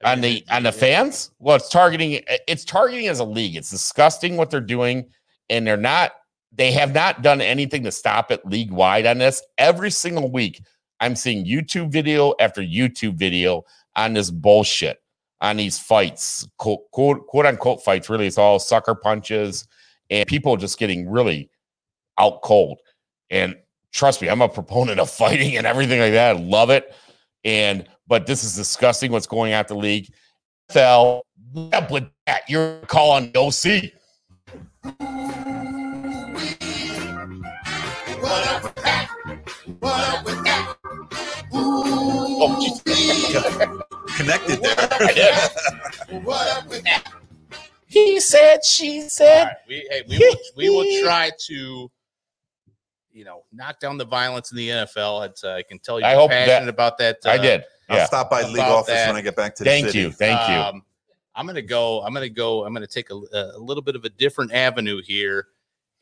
Speaker 3: I
Speaker 2: on
Speaker 3: mean,
Speaker 2: the
Speaker 3: it-
Speaker 2: on the
Speaker 3: it-
Speaker 2: fans. Well, it's targeting. It's targeting as a league. It's disgusting what they're doing, and they're not. They have not done anything to stop it league wide on this. Every single week, I'm seeing YouTube video after YouTube video on this bullshit, on these fights, quote quote, quote unquote fights. Really, it's all sucker punches and people just getting really out cold. And trust me, I'm a proponent of fighting and everything like that. I love it. And but this is disgusting what's going on at the league. Fell up with that. You're calling the OC. What up with that?
Speaker 4: Connected there.
Speaker 2: What up with that? He said, she
Speaker 3: All
Speaker 2: said.
Speaker 3: right, we, hey, we, will, we will try to, you know, knock down the violence in the NFL. It's, uh, I can tell you,
Speaker 2: I hope that-
Speaker 3: passionate about that.
Speaker 2: I
Speaker 3: uh,
Speaker 2: did.
Speaker 4: I'll
Speaker 2: Yeah.
Speaker 4: stop by the league
Speaker 3: About
Speaker 4: office
Speaker 3: that.
Speaker 4: when I get back to the
Speaker 2: Thank
Speaker 4: city.
Speaker 2: you. Thank you.
Speaker 3: Um, I'm gonna go. I'm gonna go. I'm gonna take a, a little bit of a different avenue here,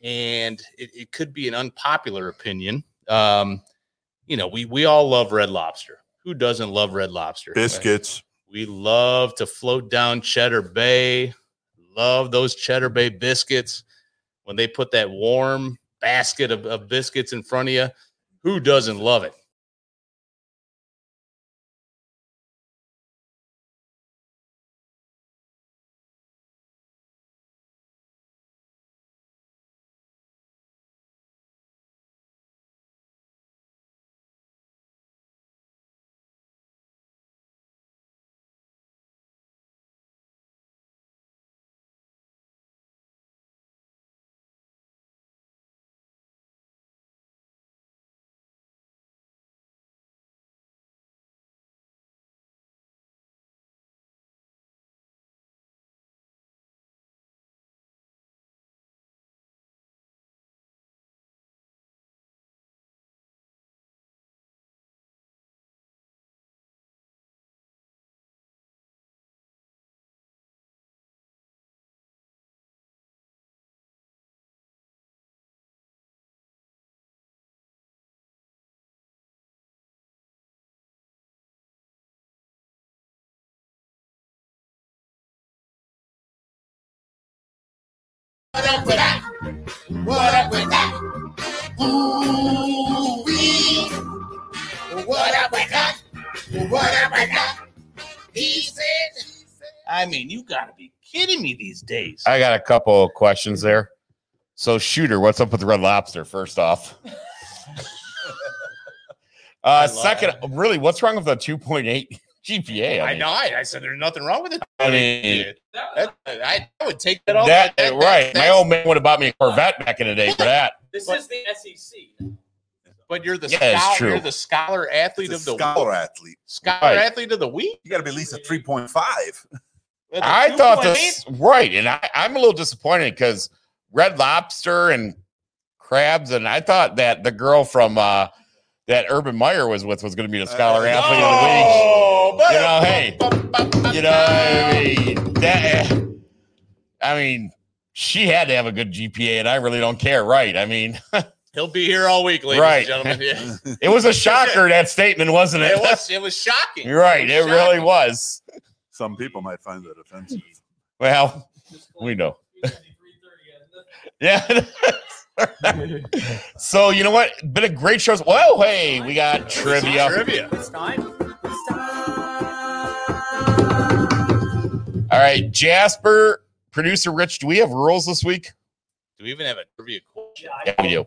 Speaker 3: and it, it could be an unpopular opinion. Um, you know, we we all love Red Lobster. Who doesn't love Red Lobster?
Speaker 4: Biscuits.
Speaker 3: We love to float down Cheddar Bay. Love those Cheddar Bay biscuits. When they put that warm basket of, of biscuits in front of you, who doesn't love it? I mean, you gotta be kidding me these days.
Speaker 2: I got a couple of questions there. So, Shooter, what's up with Red Lobster? First off, uh,
Speaker 3: love
Speaker 2: second, really, what's wrong with the two point eight GPA?
Speaker 3: I
Speaker 2: mean,
Speaker 3: know. I, I said there's nothing wrong with it.
Speaker 2: I mean,
Speaker 3: That- I, I would take that all
Speaker 2: that,
Speaker 3: that-
Speaker 2: right? My
Speaker 3: that's-
Speaker 2: old man would have bought me a Corvette back in the day for that.
Speaker 6: This
Speaker 3: But-
Speaker 6: is the
Speaker 5: E
Speaker 6: SEC.
Speaker 3: But you're the
Speaker 2: Yeah, it's
Speaker 3: scholar,
Speaker 2: true.
Speaker 3: you're the scholar athlete
Speaker 4: It's a
Speaker 3: of the
Speaker 4: scholar
Speaker 3: week.
Speaker 4: athlete.
Speaker 3: Scholar
Speaker 2: Right.
Speaker 3: athlete of the week.
Speaker 4: You got to be at least a 3.5.
Speaker 3: With a
Speaker 2: I thought
Speaker 3: 2.8?
Speaker 2: this right, and I, I'm a little disappointed because Red Lobster and crabs, and I thought that the girl from uh, that Urban Meyer was with was going to be the scholar
Speaker 4: Uh,
Speaker 2: athlete of the week.
Speaker 3: Oh,
Speaker 2: You know, hey,
Speaker 3: but-
Speaker 2: you know, I mean, that, eh, I mean, she had to have a good GPA, and I really don't care, right? I mean,
Speaker 3: he'll be here all week, ladies
Speaker 2: Right.
Speaker 3: and gentlemen. Yeah.
Speaker 2: it was a shocker that statement, wasn't it?
Speaker 3: it was it was shocking.
Speaker 2: You're right,
Speaker 3: was
Speaker 2: it really
Speaker 3: shocking.
Speaker 2: was.
Speaker 4: Some people might find that offensive.
Speaker 2: Well, we know. Yeah. so you know what? Been a great show. Well, hey, we got trivia.
Speaker 3: Trivia.
Speaker 6: It's time. It's
Speaker 2: All right, Jasper, producer Rich, do we have rules this week?
Speaker 3: Do we even have a trivia question?
Speaker 2: Yeah, we do.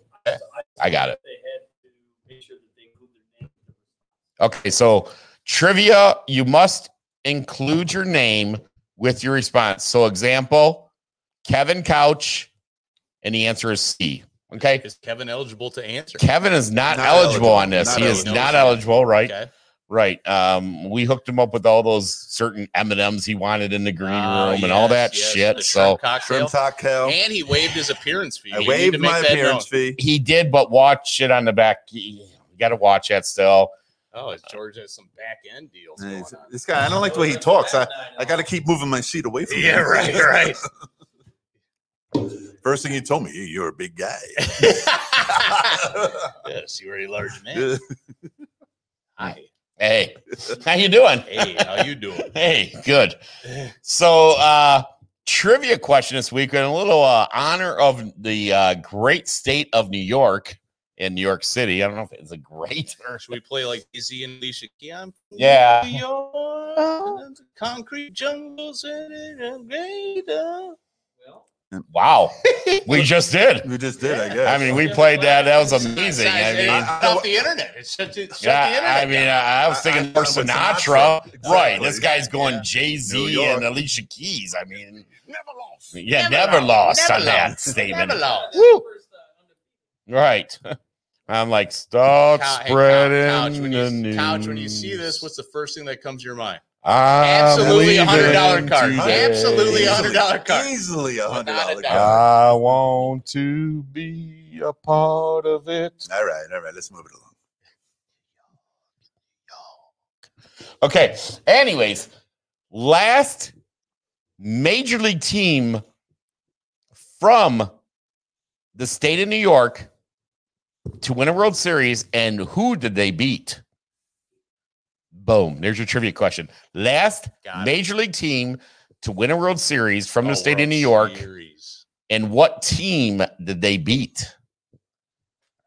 Speaker 2: I got it.
Speaker 5: They had to make sure that they include their name.
Speaker 2: Okay, so trivia, you must include your name with your response. So example, Kevin Couch, and the answer is C. Okay.
Speaker 3: Is Kevin eligible to answer?
Speaker 2: Kevin is not,
Speaker 4: Not
Speaker 2: eligible,
Speaker 4: eligible.
Speaker 2: on this.
Speaker 4: Not
Speaker 2: he is
Speaker 3: eligible.
Speaker 2: not eligible, right?
Speaker 3: Okay.
Speaker 2: Right. Um, we hooked him up with all those certain M and M's he wanted in the green
Speaker 3: Ah,
Speaker 2: room and all
Speaker 3: yes,
Speaker 2: that
Speaker 3: yes,
Speaker 2: shit.
Speaker 3: the
Speaker 2: So
Speaker 3: shrimp cocktail.
Speaker 4: Shrimp cocktail.
Speaker 3: and he waived his appearance fee. You
Speaker 4: I
Speaker 3: need to
Speaker 4: waived
Speaker 3: make
Speaker 4: my
Speaker 3: that
Speaker 4: appearance
Speaker 3: known.
Speaker 4: fee.
Speaker 2: he did, but watch it on the back. You got to watch that still.
Speaker 3: Oh, it's George has some back end deals.
Speaker 4: Yeah,
Speaker 3: Going
Speaker 4: he's-
Speaker 3: on.
Speaker 4: This guy, I don't like the way he talks. I, I got to keep moving my seat away from him.
Speaker 3: Yeah, right, right.
Speaker 4: First thing he told me, "Hey, you're a big guy.
Speaker 3: yeah, see where he large man.
Speaker 4: Good.
Speaker 3: Hi.
Speaker 2: Hey, how you doing?
Speaker 3: Hey, how you doing?
Speaker 2: Hey, good. So, uh, trivia question this week in a little uh, honor of the uh, great state of New York in New York City. I don't know if it's a great or
Speaker 3: Should we play like Izzy and Alicia Keys? I'm from
Speaker 2: Yeah.
Speaker 3: New York, and the concrete jungles and it greater.
Speaker 2: wow, we just did.
Speaker 4: We just did, I
Speaker 2: I
Speaker 4: guess.
Speaker 2: mean, we played that. That was amazing. I
Speaker 3: It's
Speaker 2: mean,
Speaker 3: off the internet. It's shut, it shut the
Speaker 2: yeah,
Speaker 3: internet.
Speaker 2: I mean, I, I was
Speaker 4: I-
Speaker 2: thinking
Speaker 4: I
Speaker 2: more
Speaker 4: thought it was
Speaker 2: Sinatra,
Speaker 4: Sinatra.
Speaker 2: right?
Speaker 4: Exactly.
Speaker 2: This guy's going
Speaker 3: Yeah.
Speaker 2: Jay
Speaker 4: New
Speaker 2: Z
Speaker 4: York.
Speaker 2: and Alicia Keys. I mean,
Speaker 3: never lost.
Speaker 2: yeah, never, lost
Speaker 3: Never
Speaker 2: on that
Speaker 3: lost.
Speaker 2: statement.
Speaker 3: Never lost.
Speaker 2: Right. I'm like, start
Speaker 3: Cou- hey, cou-
Speaker 2: spreading
Speaker 3: couch, when
Speaker 2: the
Speaker 3: you,
Speaker 2: news.
Speaker 3: couch, when you see this, what's the first thing that comes to your mind?
Speaker 2: I'm
Speaker 3: Absolutely a hundred dollar
Speaker 2: leaving
Speaker 3: card.
Speaker 2: today.
Speaker 3: Absolutely a hundred
Speaker 4: Easily-
Speaker 3: dollar card.
Speaker 4: Easily a hundred
Speaker 3: Without a
Speaker 4: dollar
Speaker 3: doubt.
Speaker 4: card.
Speaker 2: I want to be a part of it.
Speaker 4: All right, all right. Let's move it along.
Speaker 2: Okay. Anyways, last major league team from the state of New York to win a World Series, and who did they beat? Boom. There's your trivia question. Last
Speaker 3: Got it.
Speaker 2: major league team to win a World Series from the
Speaker 3: Oh,
Speaker 2: state of
Speaker 3: World
Speaker 2: New York,
Speaker 3: Series.
Speaker 2: and what team did they beat?
Speaker 3: All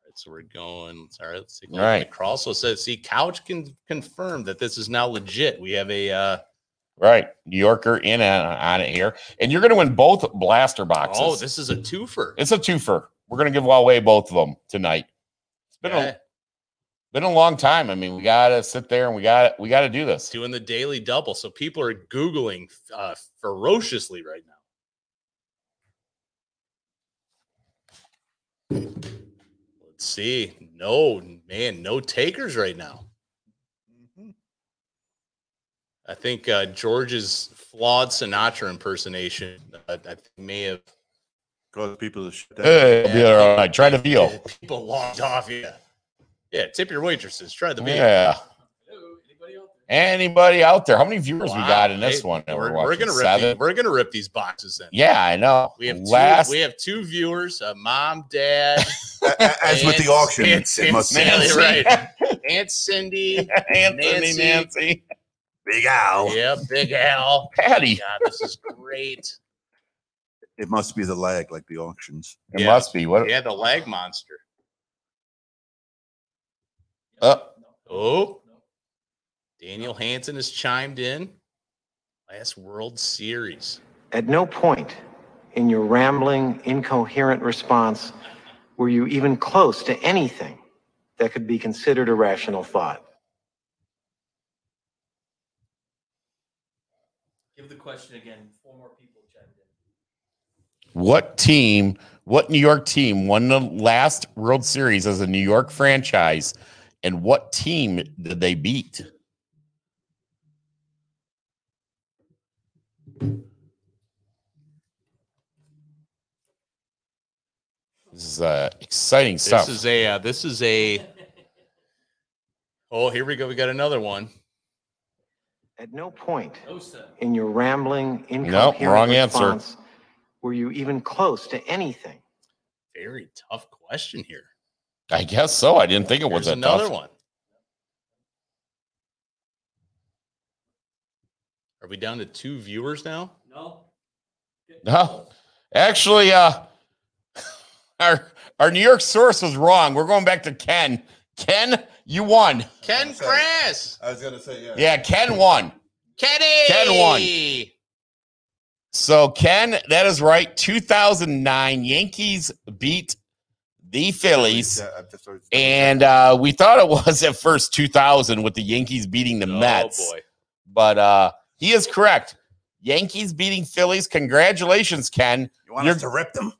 Speaker 3: right, so we're going. All right, let's see.
Speaker 2: All right.
Speaker 3: McCraw also says, see, Couch can confirm that this is now legit. We have a uh,
Speaker 2: Right, New Yorker in on, on it here, and you're going to win both blaster boxes.
Speaker 3: oh, this is a twofer.
Speaker 2: It's a twofer. We're gonna give away both of them tonight. It's been
Speaker 3: Yeah,
Speaker 2: a been a long time. I mean, we gotta sit there and we got we gotta do this.
Speaker 3: doing the daily double. So people are Googling uh, ferociously right now. Let's see. No, man, no takers right now.
Speaker 4: Mm-hmm.
Speaker 3: I think uh, George's flawed Sinatra impersonation uh, I think may have
Speaker 4: Cause people to shut down.
Speaker 2: Hey, it'll be all right. Try to feel.
Speaker 3: people logged off. Yeah, yeah. Tip your waitresses. Try the beer.
Speaker 2: Yeah. Anybody out there? How many viewers we
Speaker 3: Wow.
Speaker 2: got in this
Speaker 3: Hey,
Speaker 2: one? that
Speaker 3: We're,
Speaker 2: watching?
Speaker 3: we're gonna rip.
Speaker 2: seven.
Speaker 3: These, we're gonna rip these boxes in.
Speaker 2: yeah, I know.
Speaker 3: We have
Speaker 2: last.
Speaker 3: two, we have two viewers, a mom, dad,
Speaker 4: A- a- As with the
Speaker 3: It's-
Speaker 4: auction,
Speaker 3: it's-
Speaker 4: it must
Speaker 3: it's
Speaker 4: be
Speaker 3: Sally, right. Aunt Cindy,
Speaker 2: Anthony,
Speaker 3: Nancy.
Speaker 2: Nancy, Oh.
Speaker 4: Big Al.
Speaker 3: yeah, Big Al.
Speaker 2: Patty.
Speaker 3: God, this is great.
Speaker 4: It must be the lag, like the auctions.
Speaker 2: It
Speaker 3: Yeah.
Speaker 2: must be. What?
Speaker 3: Yeah, the lag monster.
Speaker 2: Uh,
Speaker 3: Oh, Daniel Hansen has chimed in. Last World Series.
Speaker 7: At no point in your rambling, incoherent response were you even close to anything that could be considered a rational thought.
Speaker 5: Give the question again. Four more people chimed in.
Speaker 2: what team? What New York team won the last World Series as a New York franchise? And what team did they beat? This is uh, exciting stuff.
Speaker 3: This is a. Uh, this is a. Oh, here we go. We got another one.
Speaker 7: At no point
Speaker 5: No, sir.
Speaker 7: in your rambling,
Speaker 2: Nope,
Speaker 7: incoherent
Speaker 2: wrong answer.
Speaker 7: response were you even close to anything.
Speaker 3: Very tough question here.
Speaker 2: I guess so. I didn't think it was
Speaker 3: Here's
Speaker 2: that
Speaker 3: another
Speaker 2: tough.
Speaker 3: one. Are we down to two viewers now?
Speaker 5: No.
Speaker 2: No, actually, uh, our our New York source was wrong. We're going back to Ken. Ken, you won.
Speaker 3: Ken
Speaker 4: Sorry.
Speaker 3: Grass.
Speaker 4: I was gonna say yeah.
Speaker 2: Yeah, Ken won.
Speaker 3: Kenny.
Speaker 2: Ken won. So, Ken, that is right. 2009 Yankees beat the Phillies.
Speaker 4: Yeah, I've just always-
Speaker 2: And uh, we thought it was at first 2000 with the Yankees beating the Mets.
Speaker 3: Oh boy.
Speaker 2: But uh, he is correct. Yankees beating Phillies. Congratulations, Ken.
Speaker 4: you want us to
Speaker 2: you're-
Speaker 4: rip them?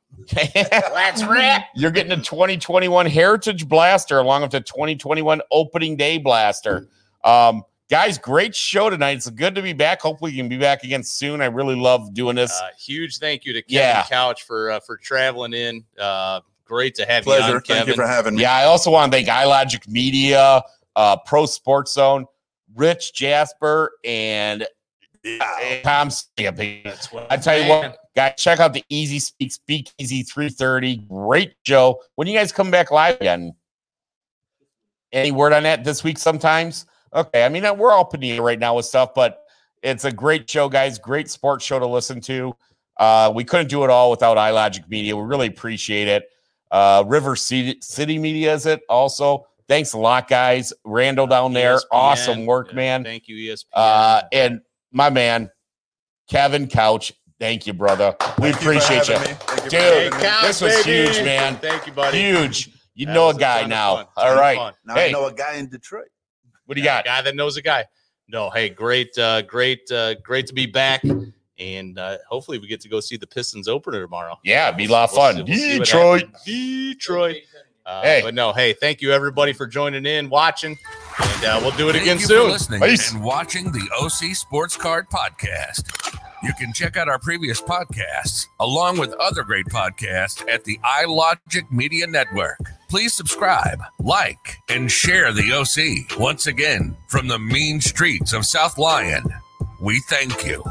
Speaker 2: That's right. You're getting a 2021 Heritage Blaster along with the 2021 Opening Day Blaster. Um, guys, great show tonight. It's good to be back. Hopefully, you can be back again soon. I really love doing this.
Speaker 3: Uh, huge thank you to Kevin
Speaker 2: Yeah.
Speaker 3: Couch for uh, for traveling in. Uh, great to have you,
Speaker 4: Pleasure.
Speaker 3: on,
Speaker 4: Thank
Speaker 3: Kevin.
Speaker 4: you for having me.
Speaker 2: Yeah, I also want to thank iLogic Media, uh, Pro Sports Zone, Rich Jasper, and and Tom Stampy. I tell you what, guys, check out the Easy Speak Speakeasy 330. Great show. When you guys come back live again, any word on that this week sometimes? Okay. I mean, uh, we're all in the air right now with stuff, but it's a great show, guys. Great sports show to listen to. Uh, we couldn't do it all without iLogic Media. We really appreciate it. Uh, River City, City Media is it also? Thanks a lot, guys. Randall down there,
Speaker 3: ESPN.
Speaker 2: awesome work,
Speaker 3: Yeah,
Speaker 2: man.
Speaker 3: Thank you, E ESPN.
Speaker 2: Uh, and my man, Kevin Couch, thank you, brother. We
Speaker 4: Thank you for
Speaker 2: appreciate you.
Speaker 4: having me. Thank you for
Speaker 2: Dude,
Speaker 4: having me.
Speaker 3: Couch,
Speaker 2: this was
Speaker 3: baby.
Speaker 2: huge, man.
Speaker 3: Thank you, buddy.
Speaker 2: Huge. You
Speaker 3: That
Speaker 2: know a
Speaker 3: was
Speaker 2: guy
Speaker 3: ton of
Speaker 2: now.
Speaker 3: fun. Ton
Speaker 2: All
Speaker 3: of
Speaker 2: right.
Speaker 3: fun.
Speaker 4: Now
Speaker 2: Hey.
Speaker 4: I know a guy in Detroit.
Speaker 2: What do you got?
Speaker 3: A guy that knows a guy. No, hey, great, uh, great, uh, great to be back, and uh, hopefully we get to go see the Pistons opener tomorrow.
Speaker 2: Yeah, be a lot of
Speaker 3: We'll see-
Speaker 2: fun.
Speaker 3: we'll see what
Speaker 2: Detroit.
Speaker 3: happens. Detroit. Uh,
Speaker 2: Hey.
Speaker 3: But no, hey, thank you everybody for joining in, watching, and uh, we'll do it
Speaker 1: Thank
Speaker 3: again
Speaker 1: you for
Speaker 3: soon.
Speaker 1: listening
Speaker 2: Peace.
Speaker 1: and watching the OC Sports Card Podcast. You can check out our previous podcasts along with other great podcasts at the iLogic Media Network. Please subscribe, like, and share the OC once again from the mean streets of South Lyon. We thank you.